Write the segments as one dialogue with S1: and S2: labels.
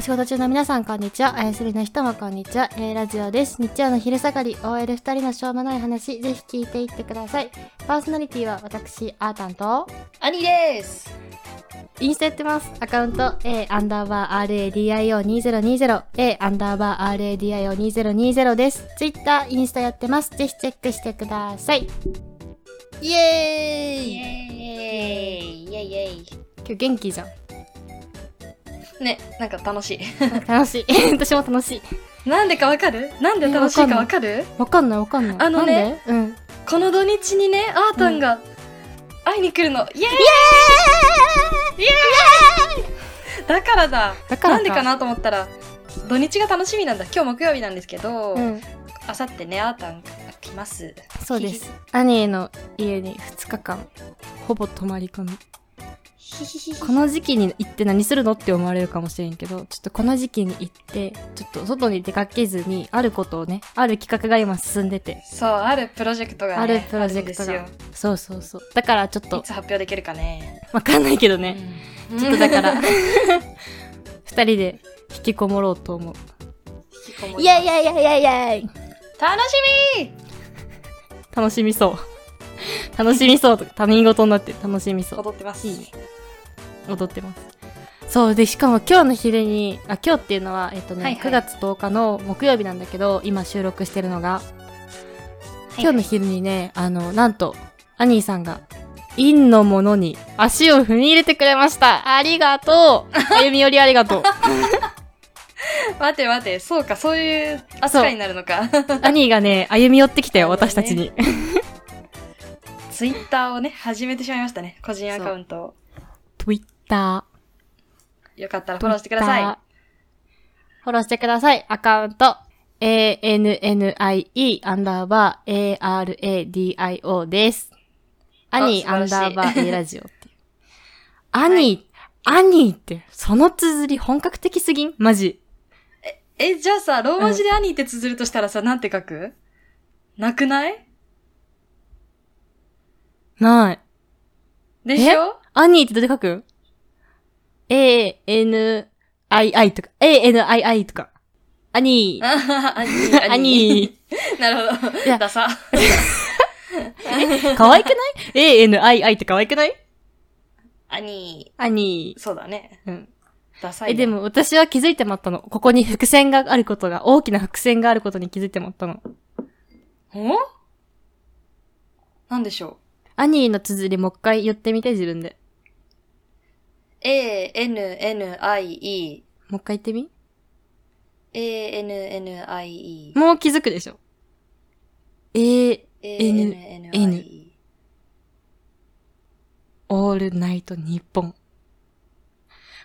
S1: 仕事中の皆さんこんにちはお休みの人もこんにちは A ラジオです日曜の昼下がり OL2 人のしょうもない話ぜひ聞いていってくださいパーソナリティは私あーたんと
S2: 兄です。
S1: インスタやってますアカウント A アンダーバー RADIO2020 A アンダーバー RADIO2020 ですツイッターインスタやってますぜひチェックしてくださいイエーイ
S2: イエーイイエイイエイ
S1: 今日元気じゃん
S2: ね、なんか楽しい。
S1: 楽しい 私も楽しい
S2: なんでかわかるなんで楽しいかわかる
S1: わかんないわかんない
S2: あのね
S1: なんで
S2: この土日にね、あーたんが会いに来るの。イエーイイエーイだからだ。
S1: だからか
S2: なんでかなと思ったら、土日が楽しみなんだ。今日木曜日なんですけど、
S1: うんうん
S2: あさってね、あーたん来ます。
S1: そうです。兄の家に2日間、ほぼ泊まり込み。
S2: ひひひひ。
S1: この時期に行って何するのって思われるかもしれんけど、ちょっとこの時期に行って、ちょっと外に出かけずに、あることをね、ある企画が今進んでて。
S2: そう、あるプロジェクトが、ね、
S1: あるプロジェク
S2: あ
S1: ト
S2: るん
S1: が
S2: で。
S1: そうそうそう。だからちょっ
S2: すよ。い
S1: と
S2: つ、発表できるかね。
S1: わかんないけどね。
S2: うん
S1: ちょっとだ から、二人で引きこもろうと思う。
S2: いやいや
S1: やいやいやいやい
S2: 楽しみ
S1: 楽しみそう。楽しみそうとか、他人事になって楽しみそう。
S2: 踊ってます。
S1: いいね踊ってますそうでしかも今日の昼にあ今日っていうのは、えっとね
S2: はいはい
S1: 9月10日の木曜日なんだけど今収録してるのが今日の昼にねあのなんとアニーさんが陰のものに足を踏み入れてくれましたありがと う歩み寄りありがとう
S2: 待て待て、そうか、そういう扱いになるのか。
S1: アニーがね歩み寄ってきたよ私たちに
S2: ツイッターをね、始めてしまいましたね。個人アカウントを。
S1: Twitter
S2: よかったらフォローしてください。
S1: Twitter フォローしてくださいアカウント ANNIE アンダーバー ARADIO です。アニーア
S2: あ
S1: ン
S2: 素晴ら
S1: ダーバ
S2: しい
S1: ー A ラジオっていう。 アニー、アニーって、その綴り本格的すぎんマジ。
S2: え、じゃあさ、ローマ字で兄って綴るとしたらさ、なんて書くなくない
S1: ない。
S2: でしょ
S1: アニーってどれ書く ?A-N-I-I とか、A-N-I-I とか。アニ ー、
S2: あに
S1: アニ
S2: ー。なるほ
S1: いや
S2: ど。ダ サ。
S1: ー。可愛くない ?A-N-I-I って可愛くない
S2: アニ
S1: アニ
S2: ー。そうだね。
S1: ー。うん。
S2: ダサい、
S1: え、で。も私は気づいてまったの。ここに伏線があることが、大きな伏線があることに気づいてまったの。
S2: おなんでしょ
S1: アニーの綴りもう一回言ってみて、自分で。
S2: う ?A, N, N, I, E,
S1: もう一回言ってみ
S2: A, N, N, I, E,
S1: もう気づくでしょ。えー、
S2: A, N, N, I, E。
S1: オールナイト日本。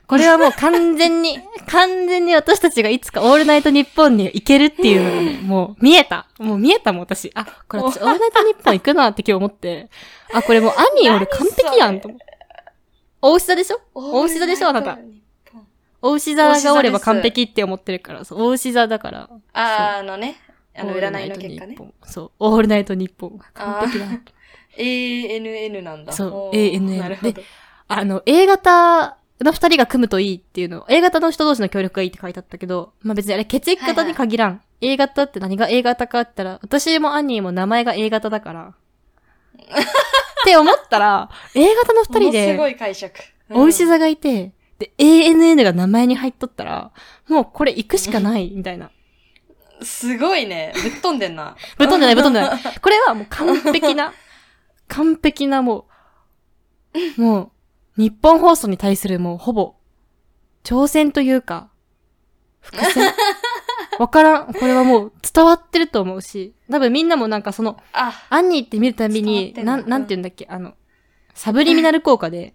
S1: これはもう完全に、 完全に私たちがいつかオールナイト日本に行けるっていうのがね、 もう見えた。もう見えたもん、私。あ、これ私オールナイト日本行くなって今日思って。あ、これもうアニー俺完璧やんと思って。大牛座でしょ大牛座でしょあなた。大牛座がおれば完璧って思ってるから、そう、大牛座だから。
S2: あー、あのね。あ
S1: オ
S2: の、
S1: ールナ
S2: 占い
S1: イ
S2: の
S1: ト
S2: 結果ね
S1: 日。本。そう、オールナイト日本が完璧だ。
S2: ANN なんだ。
S1: そう
S2: おー
S1: ANN
S2: なるほど。
S1: あの、A 型の二人が組むといいっていうの、A 型の人同士の協力がいいって書いてあったけど、まあ別にあれ血液型に限らん。A 型って何が A 型かって言ったら、私もアニーも名前が A 型だ から。って思ったら、A 型の二人
S2: ものすご
S1: で、
S2: い解釈。
S1: お牛座がいて、で、ANN が名前に入っとったら、もうこれ行くしかない、みたいな。
S2: うんすごいね。ぶっ飛んでんな。
S1: ぶっ飛んで ない、ぶっ飛んでない。これはもう完璧な、 完璧なもう、もう、日本放送に対するもうほぼ、挑戦というか、伏 線。わからん。これはもう伝わってると思うし、多分みんなもなんかその、
S2: あ、
S1: アンニーって見るたびに、
S2: 伝
S1: な
S2: わって
S1: ん、
S2: んだ
S1: なんて言うんだっけ、あの、サブリミナル効果 で、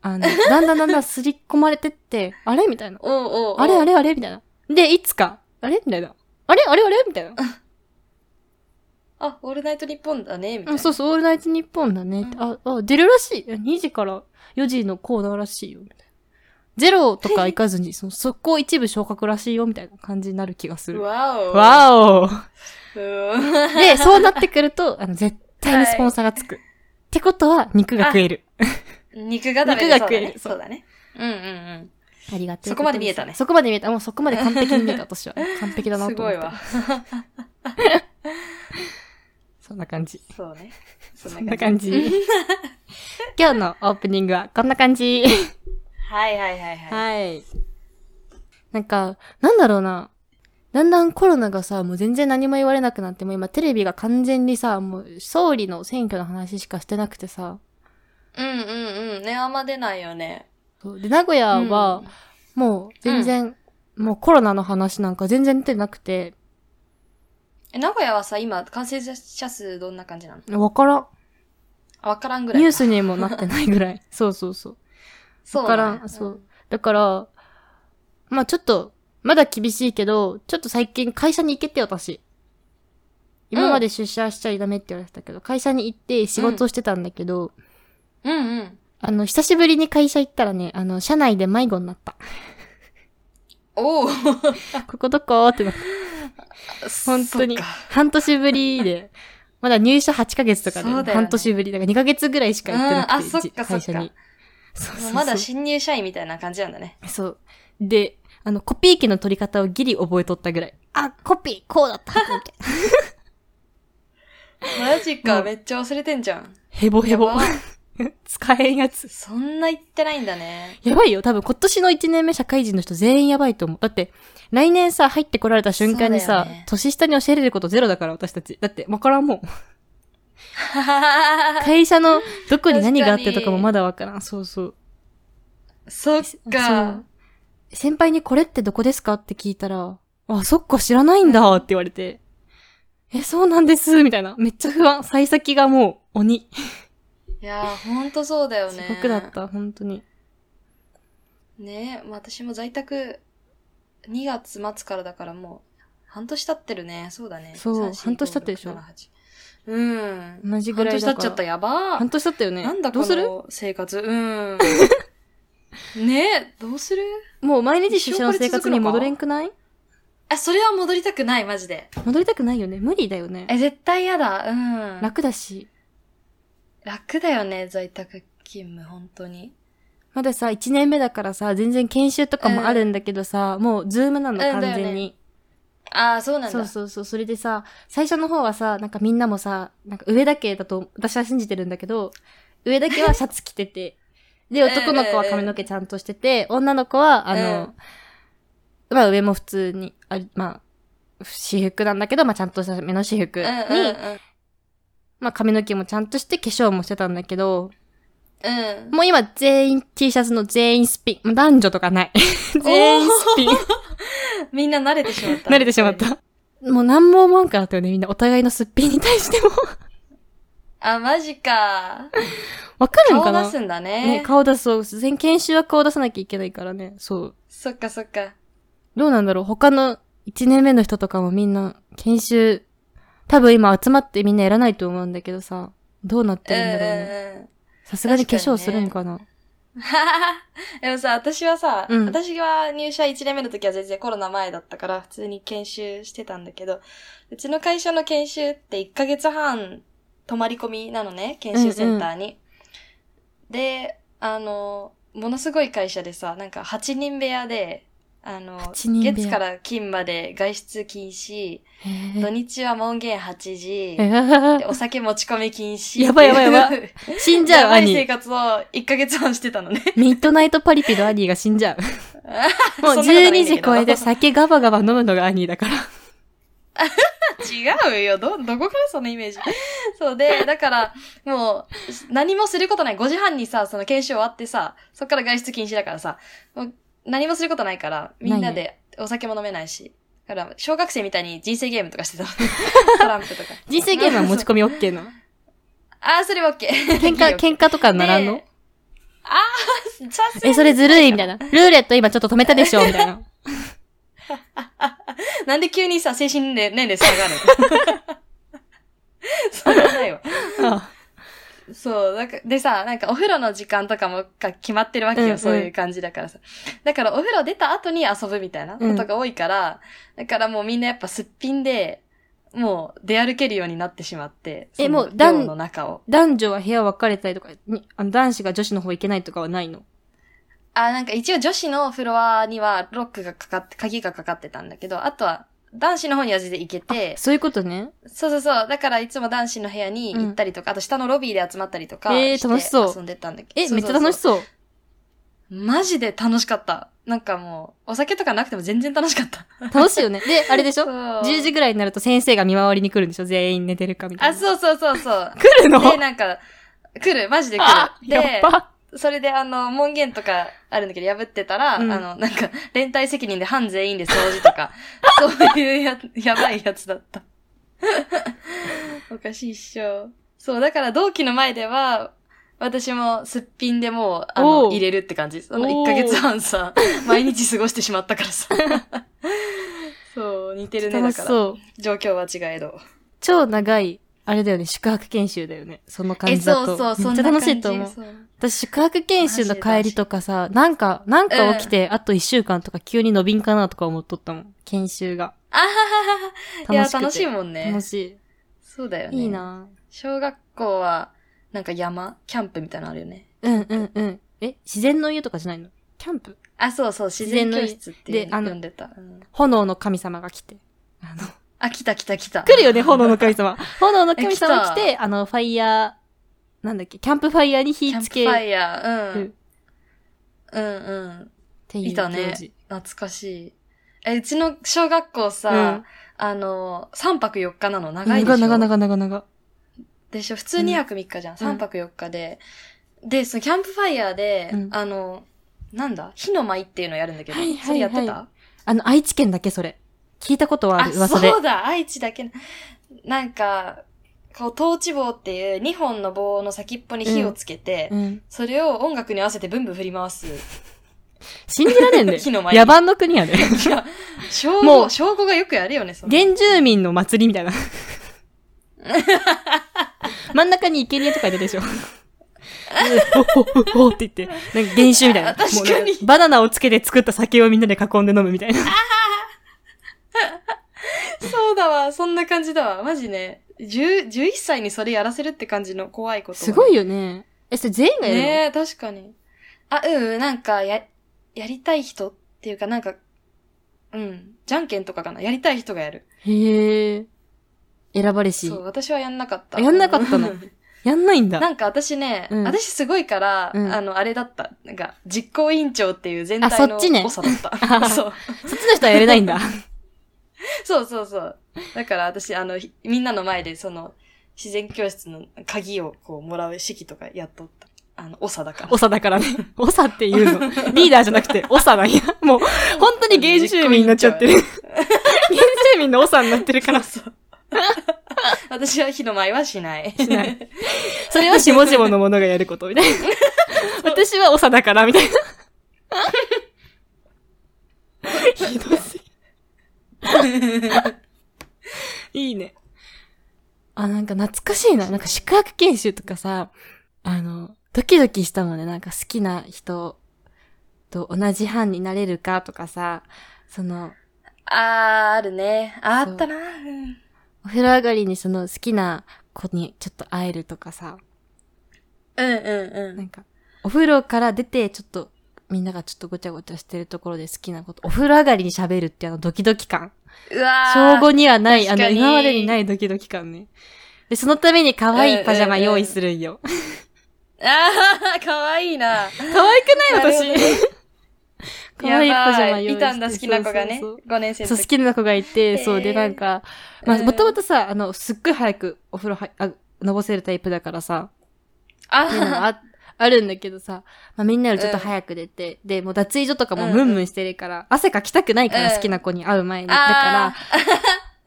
S1: あの、だんだんだんだんすり込まれてって、あれみたいな。
S2: おうおうおう
S1: あれあれあれみたいな。で、いつか、あれみたいな。あれあれあれみたいな。
S2: あ、オールナイト日本だね、みた
S1: う
S2: い
S1: ん、
S2: な。
S1: そうそう、オールナイトニッポンだね。
S2: うん
S1: あ、あ、出るらしい。2時から4時のコーナーらしいよ、みたいな。ゼロとか行かずに、その、速攻一部昇格らしいよ、みたいな感じになる気がする。わ
S2: わお。
S1: お
S2: お。うん
S1: で、そうなってくると、あの、絶対にスポンサーがつく。ってことは、肉が食える。
S2: 肉が食べれ
S1: 肉が食える
S2: そうだね。そうだね。うんうんうん。
S1: ありがてえとです
S2: そこまで見えたね
S1: そこまで見えた。もうそこまで完璧に見えた、私 は。完璧だな
S2: す
S1: と
S2: ご
S1: 思っ
S2: い
S1: て。
S2: わ。
S1: そんな感じ。
S2: そうね。
S1: そ
S2: そ
S1: んな感じ。 今日のオープニングはこんな感じ。
S2: はいはいはいはい。
S1: はい。なんか、なんだろうな。だんだんコロナがさ、もう全然何も言われなくなって、もう今テレビが完全にさ、もう総理の選挙の話しかしてなくてさ。
S2: うんうんうん。ね、あんま出ないよね。
S1: そうで、名古屋は、もう全然、もうコロナの話なんか全然出てなくて、
S2: え、名古屋はさ、今、感染者数どんな感じなの
S1: わからん。
S2: あわからんぐらい
S1: ニ
S2: か。
S1: ュースにもなってないぐらい。そうそうそう。
S2: そう
S1: わ
S2: ね
S1: からん。そう。。だから、まあちょっと、まだ厳しいけど、ちょっと最近会社に行けって私。今まで出社しちゃダメって言われてたけど、会社に行って仕事をしてたんだけど、
S2: うんうん。
S1: あの、久しぶりに会社行ったらね、あの、社内で迷子になった。
S2: おお
S1: ここどこってなって、本当に。半年ぶり で、まだ入社8ヶ月とかで、
S2: そうだよね
S1: 半年ぶり。だから2ヶ月ぐらいしか行ってなくて、
S2: うんあそっか
S1: じ会社に。そうそう
S2: も
S1: そうう
S2: まだ新入社員みたいな感じなん だね。
S1: そう。で、あの、コピー機の取り方をギリ覚えとったぐらい。あ、コピー、こうだった みたいな。
S2: マジ
S1: う
S2: か、
S1: ん
S2: めっちゃ忘れてんじゃん。
S1: ヘボヘボ
S2: やばい。
S1: 使えんやつ。
S2: そんな言ってないんだね。
S1: やばいよ。多分今年の1年目社会人の人全員やばいと思う。だって、来年さ、入ってこられた瞬間に
S2: そうだ
S1: さ、
S2: よね
S1: 年下に教えれることゼロだから、私たち。だって、わからんもん。会社のどこに何があってとかもまだわからん。そうそう。
S2: そっ
S1: そ
S2: か
S1: う。先輩にこれってどこですかって聞いたら、あ、そっか知らないんだって言われて、え、そうなんです、みたいな。めっちゃ不安。幸先がもう鬼。
S2: いやー、ほんとそうだよ
S1: す
S2: ね。
S1: ごくだっ。た、本当に。
S2: ねえ、まあ私も在宅2月末からだからもう、半年経ってるね。そうだね。
S1: そう
S2: 3 4 5 6
S1: 半年経ってるでしょ
S2: 7 8うん。
S1: 同じぐらいだから
S2: 半年経っちゃった。やば
S1: 半
S2: ー。
S1: 年だったよね。
S2: なんだ
S1: ど
S2: こ
S1: うする
S2: の生活。うん。 ねえ、どうする
S1: もう毎日出社の生活に戻れんくない
S2: あ、それは戻りたくない、マジで。
S1: 戻りたくないよね。無理だよね。
S2: え、絶対嫌だ。うん。
S1: 楽だし。
S2: 楽だよね、在宅勤務、本当に。
S1: まださ、1年目だからさ、全然研修とかもあるんだけどさ、もうズームなの、
S2: うん
S1: 完
S2: だよ
S1: 全に
S2: ね。ああ、そうなんだ。
S1: そうそうそう。それでさ、最初の方はさ、なんかみんなもさ、なんか上だけだと私は信じてるんだけど、上だけはシャツ着て て、で、
S2: うん
S1: 男の子は髪の毛ちゃんとしてて、女の子は、あの、まあ上も普通に、あまあ、私服なんだけど、まあちゃんとした目の私服
S2: う
S1: に、
S2: んうんうん。
S1: まあ髪の毛もちゃんとして化粧もしてたんだけど、
S2: うん。
S1: もう今全員 T シャツの全員スピン、もう男女とかない。 全員スピン。
S2: みんな慣れてしまっ た。
S1: 慣れてしまっ。た。もう何も思わんかったよね、みんな。お互いのすっぴんに対しても。
S2: あ、マジか。
S1: わかるん
S2: 顔
S1: かな
S2: 出すんだね。
S1: ね、顔出そう。全研修は顔出さなきゃいけないからね。そう。
S2: そっかそっか。
S1: どうなんだろう他の1年目の人とかもみんな研修、多分今集まってみんなやらないと思うんだけどさ、どうなってるんだろうね。
S2: うんうんうん。
S1: さすがに化
S2: 確かに
S1: 粧
S2: ね
S1: するんかな
S2: ははは でもさ、私はさ、
S1: うん
S2: 私は入社1年目の時は全然コロナ前だったから、普通に研修してたんだけど、うちの会社の研修って1ヶ月半泊まり込みなのね、研修センターに。で、あの、ものすごい会社でさ、なんか8人部屋で、あの、
S1: 8人部屋
S2: 月から金まで外出禁止、
S1: へえ
S2: 土日は門限8時、
S1: えー
S2: でお酒持ち込み禁止。
S1: やばいやばいやば
S2: い。
S1: 死んじ
S2: や
S1: ゃう、
S2: ばい
S1: 兄
S2: 生。活を1ヶ月半してた のね。
S1: ミッドナイトパリピの兄が死んじ ゃう。もう
S2: そんなことないんだ
S1: 12
S2: け
S1: 時
S2: ど
S1: 超えて酒ガバガバ飲むのが兄だから。
S2: 違うよ。ど、どこからそのイメージ。 そうで、だから、もう、何もすることない。5時半にさ、その研修終わってさ、そっから外出禁止だからさ、もう何もすることないから、みんなでお酒も飲めないし。だから、小学生みたいに人生ゲームとかして たの。トランプとか。
S1: 人生ゲームは持ち込み OK なの。
S2: あー、それは OK。
S1: 喧 嘩、
S2: 嘩
S1: 喧嘩とかならんの
S2: であー、さすがに
S1: え、それずるいみたいな。ルーレット今ちょっと止めたでしょみたいな。
S2: なんで急にさ、精神年齢下がるの そんなないわ。
S1: あ
S2: そう、なんか、でさ、なんかお風呂の時間とかもか決まってるわけよ、
S1: うんうん
S2: そういう感じだからさ。だからお風呂出た後に遊ぶみたいなことが多いから、だからもうみんなやっぱすっぴんで、もう出歩けるようになってしまって、
S1: え
S2: その
S1: もう段
S2: 寮の中を。
S1: 男女は部屋分かれたりとか、にあの男子が女子の方行けないとかはないの
S2: あ、なんか一応女子のフロアにはロックがかかって、鍵がかかってたんだけど、あとは男子の方には全然行けて、
S1: そういうことね。
S2: そうそうそう。だからいつも男子の部屋に行ったりとか、あと下のロビーで集まったりとか
S1: えー
S2: して
S1: 楽しそう
S2: 遊んでたんだけど。
S1: え、めっちゃ楽し
S2: そう
S1: そう。
S2: そうそう。マジで楽しかった。なんかもう、お酒とかなくても全然楽しかった。
S1: 楽しいよね。で、あれでしょ ?10
S2: 10
S1: 時ぐらいになると先生が見回りに来るんでしょ全員寝てるかみたい
S2: あ、
S1: な。
S2: そうそうそうそう。
S1: 来るの
S2: で、なんか、来る、マジで来
S1: あ
S2: る。
S1: やっ
S2: で、
S1: ば。
S2: それであの、門限とかあるんだけど、破ってたら、
S1: うん
S2: あの、なんか、連帯責任で班全員で掃除と か、そういうや、やばいやつだった。おかしいっしょ。そう、だから同期の前では、私もすっぴんでもう、あ
S1: お
S2: の、
S1: う
S2: 入れるって感じ。その
S1: おう
S2: 1ヶ月半さ、 毎日過ごしてしまったからさ。そう、似てるね、
S1: 楽
S2: だ
S1: し
S2: から。
S1: そう。
S2: 状況は違えど。
S1: 超長い、あれだよね、宿泊研修だよね。その感
S2: え、
S1: じだ
S2: そ
S1: と。
S2: うそう、そ
S1: めっ
S2: ん
S1: ち
S2: な
S1: ゃ
S2: 感
S1: 楽
S2: じ。
S1: しいと思う。
S2: そう
S1: 私、宿泊研修の帰りとかさ、なんか、なんか起きて、あと1週間とか急に伸びんかなとか思っとったもん。研修が。
S2: あははは。いや、
S1: 楽しくて。
S2: 楽しいもんね
S1: 楽。し
S2: そうだよ
S1: い。
S2: ね。
S1: いいな
S2: 小学校は、なんか山キャンプみたいなのあるよね。
S1: うんうんうん。え、自然の湯とかじゃないのキャンプ
S2: あ、そうそう、自然教室っ
S1: 自然の
S2: てい
S1: で
S2: う
S1: あの
S2: 呼んでた。うん
S1: 炎の神様が来て。あの、
S2: あ、来た来た来た。
S1: 来るよ ね、炎の神様。炎の神様来
S2: え
S1: て、あの、ファイヤー、なんだっけ、キャンプファイヤーに
S2: キ
S1: 火
S2: ャン
S1: つ
S2: プフ
S1: ける
S2: ァ
S1: っ
S2: イヤー。
S1: る
S2: うん。うんうん。
S1: ていう
S2: いたね
S1: 行事
S2: 懐かしい。え、うちの小学校さ、あの、3泊4日なの
S1: うん。
S2: 長いでし
S1: 長
S2: ょ。
S1: 長長長長。
S2: でしょ普通2泊3日じゃん。3泊4日で。で、そのキャンプファイヤーで、
S1: うん
S2: あの、なんだ火の舞っていうのやるんだけど。
S1: はいはいはい
S2: それやってた
S1: あの、愛知県だけそれ。聞いたことはある、
S2: あ、
S1: 噂で。
S2: そうだ、愛知だけな。なんか、こう、トーチ棒っていう2本の棒の先っぽに火をつけて、
S1: うん。
S2: それを音楽に合わせてブンブン振り回す。
S1: 信じられんで。
S2: 火の前に
S1: 野蛮の国やで。
S2: いや、証
S1: も
S2: 拠、
S1: う
S2: 証拠がよくやるよね、その。
S1: 原住民の祭りみた いな。真ん中に生贄とかいるでしょ。ほほほほって言って、なんか原酒みたいな。
S2: あ確かに
S1: もうなんバナナをつけて作った酒をみんなで囲んで飲むみたいな。
S2: そうだわ、そんな感じだわ。マジね。10 11歳にそれやらせるって感じの怖いこ と。
S1: すごい
S2: よ。
S1: よね。え、それ全員がやるの、
S2: ねえ、確かに。あ、うん、なんか、や、やりたい人っていうか、なんか、うん、じゃんけんとかかな。やりたい人がやる。
S1: へえ。選ばれし
S2: そ。う、私はやんなかった。
S1: やんなかった のやんないんだ。
S2: なんか私ね、
S1: うん
S2: 私すごいから、
S1: うん
S2: あの、あれだった。なんか、実行委員長っていう全体
S1: あそ
S2: の
S1: っちね
S2: 誤差 だった。そう
S1: そっちの人はやれないんだ。
S2: そうそうそう。だから私、あの、ひみんなの前で、その、自然教室の鍵をこう、もらう式とかやっとった。あの、長だから。
S1: オサだからね。オサっていうの。リーダーじゃなくて、オサなんや。もう、本当に原住民になっちゃってる。原住民のオサになってるから。
S2: そう。私は火の舞はしない。
S1: しないそれは下々の者がやること、みたいな。私は長だから、みたいな。 ひどすぎ。いいね。あ、なんか懐かしいな。なんか宿泊研修とかさ、あの、ドキドキしたもんね。なんか好きな人と同じ班になれるかとかさ、その、
S2: あー、あるね。あ
S1: そう
S2: あったな。うん
S1: お風呂上がりにその好きな子にちょっと会えるとかさ、
S2: うんうん
S1: な
S2: う。
S1: んんか、お風呂から出て、ちょっと、みんながちょっとごちゃごちゃしてるところで好きなこと、お風呂上がりに喋るっていうあのドキドキ感。
S2: うわー。
S1: 正午にはない、あ
S2: 確
S1: の、
S2: かに
S1: 今までにないドキドキ感ね。で、そのために可愛いパジャマ用意するんよ。
S2: あー、かわいいな。
S1: 可愛くない
S2: なるほ
S1: 私。 可愛いパジャマ用意して。
S2: いたんだ、好きな子がね。
S1: そうそう
S2: 5年生
S1: そう
S2: の
S1: そう、好
S2: 時。
S1: きな子がいて、そう
S2: へ
S1: で、
S2: ー
S1: なんか、まあ、
S2: うん
S1: もともとさ、あの、すっごい早くお風呂は、あ、のぼせるタイプだからさ、
S2: あ
S1: っていうのがああるんだけどさ、まあ、みんなよりちょっと早く出て、で、もう脱衣所とかもムンムンしてるから、汗かきたくないから、
S2: うん
S1: 好きな子に会う前に。だ
S2: あ
S1: か
S2: ー、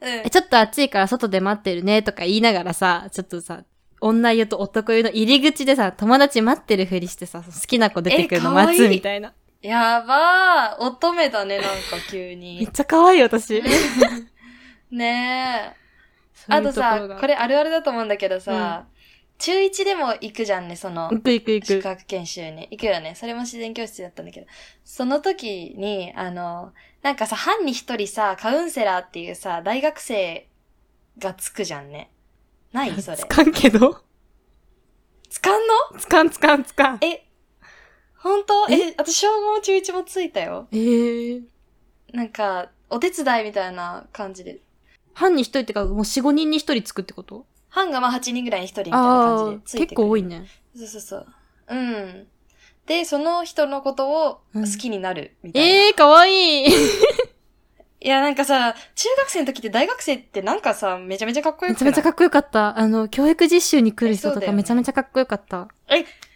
S2: うん
S1: ら、えちょっと暑いから外で待ってるねとか言いながらさ、ちょっとさ、女湯と男湯の入り口でさ、友達待ってるふりしてさ、好きな子出てくるの
S2: えかわ
S1: 待
S2: い
S1: つ
S2: い
S1: みたいな。
S2: やばー、乙女だね、なんか急
S1: めっ
S2: に。
S1: ちゃ可愛い私。
S2: ねえ。
S1: そう
S2: あ
S1: いう
S2: と
S1: こ
S2: さ、
S1: ろが
S2: こ、れあるあるだと思うんだけどさ、中1でも行くじゃんね、その
S1: 行、く行く行
S2: 宿
S1: く。
S2: 泊研修に。行くよね。それも自然教室だったんだけど。その時に、あの、なんかさ、班に一人さ、カウンセラーっていうさ、大学生がつくじゃんね。ないそれ
S1: つ。かんけど。
S2: つかんの
S1: つかんつかんつかん。
S2: え、本当え
S1: え
S2: 私、小5も中1もついたよ。
S1: ええ
S2: なんか、お手伝いみたいな感じで。
S1: 班に一人ってか、もう4、5人に一人つくってこと
S2: 班がまあ8人ぐらいに1人みたいな
S1: ああ
S2: 感じで
S1: ー、
S2: ついてくる
S1: 結構多いね。
S2: そうそうそう。うん。で、その人のことを
S1: うん
S2: 好きになるみたいな。
S1: ええー、かわいい。
S2: いや、なんかさ、中学生の時って大学生ってなんかさ、めちゃめちゃかっこ よ
S1: め
S2: く
S1: ちゃ
S2: ない
S1: めちゃかっこよかった。あの、教育実習に来る人
S2: えそう
S1: とか
S2: だよね
S1: めちゃめちゃかっこよかった。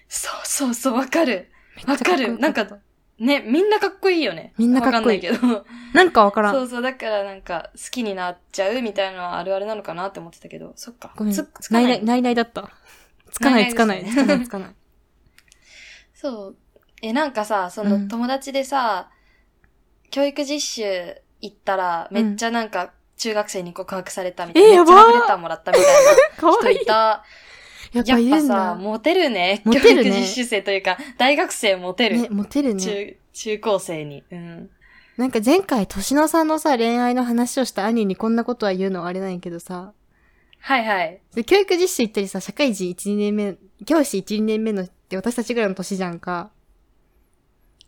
S2: そうそうそう、わかる。
S1: めっちゃっこよ
S2: わかるなんかね、みんなかっこいいよね。
S1: みんなかっこいい
S2: わかんないけど。
S1: なんかわから
S2: そ
S1: ん。
S2: うそう、だからなんか、好きになっちゃうみたいなのはあるあるなのかなって思ってたけど、そっか。
S1: ごめん
S2: つつ。か
S1: ない
S2: な
S1: ないい、。ないないだった。つかないつかな
S2: ない
S1: い。
S2: ない
S1: つ
S2: で
S1: か
S2: すね
S1: ないつかない。
S2: そう。え、なんかさ、そうの
S1: ん
S2: 友達でさ、教育実習行ったら、めっちゃなんか、中学生に告白されたみたいな。
S1: えやばー
S2: めっちゃラブレターもらったみたい
S1: かわ
S2: な人
S1: いい
S2: い。た。
S1: やっ
S2: や
S1: ぱ
S2: っ
S1: い
S2: ぱ
S1: るんだ。
S2: さ、モテるね。
S1: モテるね
S2: 教育実習生というか、大学生モテる。
S1: ね、モテるね。
S2: 中、中高生に。うん。
S1: なんか前回、年のさんのさ、恋愛の話をした兄にこんなことは言うのはあれなんやけどさ、
S2: はいはい。
S1: で教育実習行ったりさ、社会人1、2年目、教師1、2年目のって私たちぐらいの年じゃんか。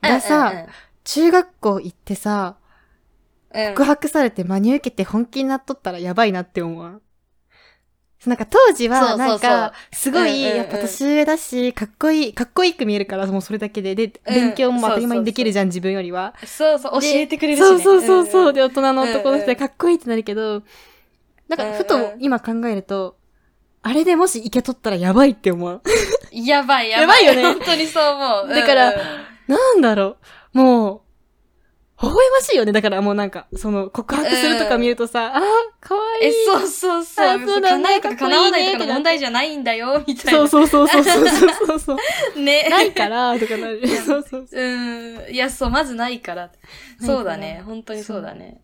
S1: がさ、中学校行ってさ、
S2: うんうんうん、うん
S1: 告白されて真に受けて本気になっとったらやばいなって思わん。なんか当時
S2: そうそうそ
S1: は、
S2: う
S1: なんか、すごい、
S2: うんうんうん
S1: やっぱ年上だし、かっこいい、かっこいく見えるから、もうそれだけで。で、勉強も当たり前にできるじゃん、自分よりは。
S2: そうそう、教えてくれるし、ね。
S1: そうそうそうそう。
S2: んん
S1: で、大人の男の人
S2: うんうん
S1: でかっこいいってなるけど、なんか、ふ
S2: うん
S1: と
S2: うん
S1: 今考えると、あれでもしイケ取ったらやばいって思う。
S2: やばいやばい。
S1: やばいよね
S2: 本当にそう思う。
S1: だから
S2: うんうん
S1: なんだろう。もう、微笑ましいよね。だからもうなんか、その、告白するとか見るとさ、あー、かわい
S2: え、
S1: い。
S2: そうそうそう。
S1: あそうだね
S2: 叶うとか叶わ
S1: かっこい
S2: ないとか
S1: いね
S2: の問題じゃないんだよ、みたいな。
S1: そうそうそうそうそうそうそう。
S2: う。ね。
S1: ないから、とかなる。そうそうそう。
S2: うん。いや、そう、まずないから。
S1: ら
S2: そうだね。本当にそうだね。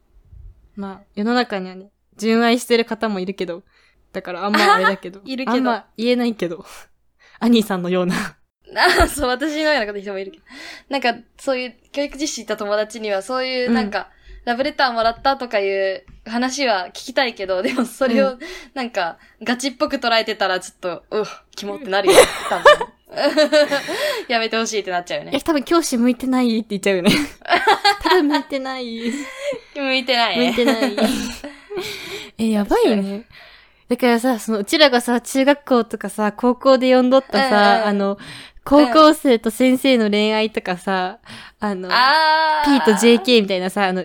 S1: まあ、世の中にはね、純愛してる方もいるけど、だからあんまあれだ けど。
S2: いるけど
S1: あんま言えないけど。 アニーさんのような。
S2: あそう、私のようなこと人もいるけど。なんか、そういう、教育実習行った友達には、そういうう、
S1: ん
S2: なんか、ラブレターもらったとかいう話は聞きたいけど、でもそれ
S1: う
S2: を、なんか、ガチっぽく捉えてたら、ちょっと、うっ、キモってなるよ、多 分。やめてほしいってなっちゃうよ
S1: え、
S2: ね。
S1: 多分教師向いてないって言っちゃう よね。多分向いてない。
S2: 向いてない
S1: 向い
S2: ね。
S1: て ない。え、やばいね。だからさ、その、うちらがさ、中学校とかさ、高校で呼んどった
S2: うんうん
S1: さ、あの、高校生と先生の恋愛とかさ、あの、
S2: あー。
S1: P と。JK みたいなさ、あの、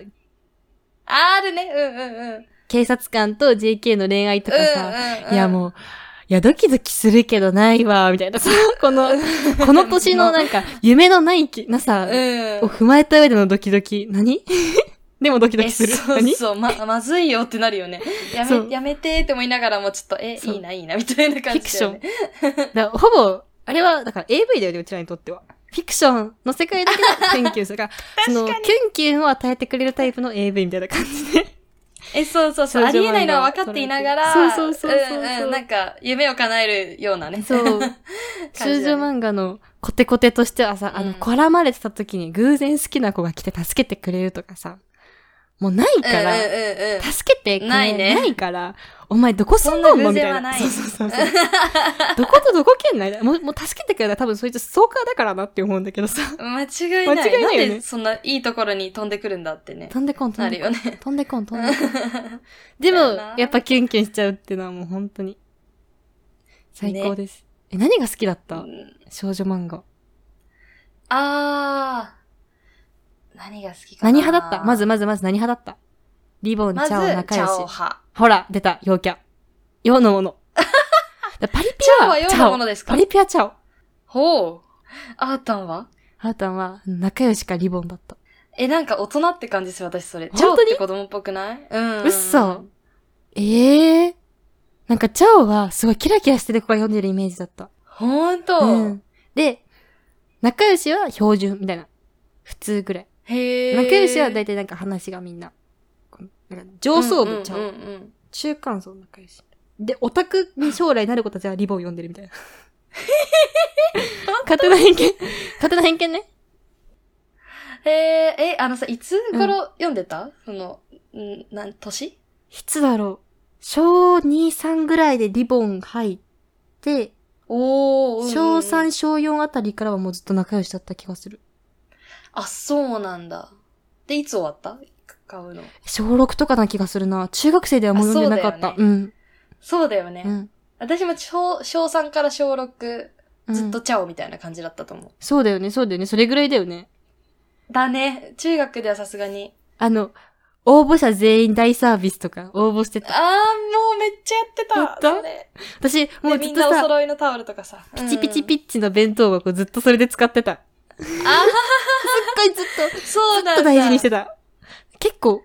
S2: あるね。うんうんうん。うんうん
S1: 警察官と JK の恋愛とかさ、
S2: うん。
S1: いや
S2: う。
S1: もう、いや、ドキドキするけどないわ、みたいなさ、この、この年のなんか、夢のないきなさ、
S2: うん
S1: を。踏まえた上でのドキドキ、何 でもドキド
S2: え
S1: キする。
S2: そう
S1: 何
S2: そう、ま、まずいよってな るよね。や
S1: そ
S2: め、
S1: う
S2: やめてって思いながらも、ちょっと、え、
S1: そう
S2: いいな、いいな、みたいな
S1: フ
S2: 感じ、ね。
S1: ィクション。だからほぼ、あれは、だから AV だよね、うちらにとっては。フィクションの世界だけのキュンキュンす るから、その、キュンキュンを与えてくれるタイプの AV みたいな感じで。
S2: え、そうそうそう。
S1: 少女漫画
S2: ありえないのは分かっていながら、
S1: そうそうそうそう
S2: うんうん、なんか、夢を叶えるようなね。
S1: そう。
S2: 感じ
S1: 少
S2: だ
S1: 女漫
S2: ね
S1: 画のコテコテとしてはさ、あ
S2: うん
S1: の、絡まれてた時に偶然好きな子が来て助けてくれるとかさ、もうない
S2: うん
S1: か
S2: うん
S1: ら、
S2: うんうん。
S1: 助けてくれ
S2: な
S1: ないい,、
S2: ね
S1: から、お前どこ住ん
S2: そ
S1: ど
S2: ん
S1: ん
S2: な
S1: の
S2: 偶
S1: みた
S2: 然
S1: い
S2: は
S1: な。
S2: ない
S1: そうそうそうそう。どことどこ県内だもう、もう助けてくれたら多分そいつストーカーだからなって思うんだけどさ。
S2: 間違 いない。
S1: 間違いないよね
S2: んでそんないいところに飛んでくるんだってね。
S1: 飛んでこん、飛
S2: なんる
S1: で
S2: よ
S1: こん。
S2: ね。
S1: 飛んでこん、飛んでこん。でも
S2: だよな、
S1: やっぱキュンキュンしちゃうっていうのはもう本当に、最高です。え、何が好きだ った少女漫画。
S2: あー。何が好きかな
S1: 何派だったまず、まずまず何派だったリボン、チ
S2: まず、チ
S1: ャオ、仲
S2: ャ
S1: 良
S2: オ
S1: し。
S2: 派。
S1: ほら、出た、陽キャ。世のも の。だパリピ
S2: チャオ
S1: ア
S2: は世のものです
S1: パ
S2: か
S1: リピアチャオ。
S2: ほう。あーたんは
S1: ハータンは仲良しかリボンだった。
S2: え、なんか大人って感じです、私それ。
S1: 本当に
S2: チャオって子供っぽくないうん。
S1: 嘘。ええー。なんかチャオはすごいキラキラしてる子が読んでるイメージだった。
S2: ほんと、
S1: うん。で、仲良しは標準みたいな。普通ぐらい。
S2: へー。
S1: 仲良しは大体なんか話がみんな、こうなんか上層部ちゃう。
S2: うんうんうんうん
S1: 中間層仲良し。で、オタクに将来なる子たちはリボン読んでるみ たいな。勝手な偏見。勝手な偏見ね。
S2: へえ、え、あのさ、いつ頃読んでた、その、んなん、年
S1: いつだろう。小2、3ぐらいでリボン入って、
S2: おー、うんうん
S1: 小3、小4あたりからはもうずっと仲良しだった気がする。
S2: あ、そうなんだ。で、いつ終わった買うの。
S1: 小6とかな気がするな。中学生ではもう読んでなかった。。
S2: あそううんそうだよね。
S1: うん。
S2: 私も小、小3から小6、
S1: うん
S2: ずっとチャオみたいな感じだったと思う。
S1: そうだよね、そうだよね。それぐらいだよね。
S2: だね。中学ではさすがに。
S1: あの、応募者全員大サービスとか応募して
S2: あー、
S1: た。
S2: もうめっちゃやってた。
S1: やった
S2: それ
S1: 私、も
S2: で、
S1: うず
S2: み
S1: っ
S2: んな
S1: と
S2: お
S1: さ、
S2: 揃いのタオルとかさ。
S1: ピチピチ
S2: ッ。
S1: ピッチの弁当箱ずっとそれで使ってた。
S2: あ
S1: すっごいずっと、
S2: ー、そう
S1: ずっ
S2: なん
S1: と
S2: だ。
S1: 大事にしてた。結構、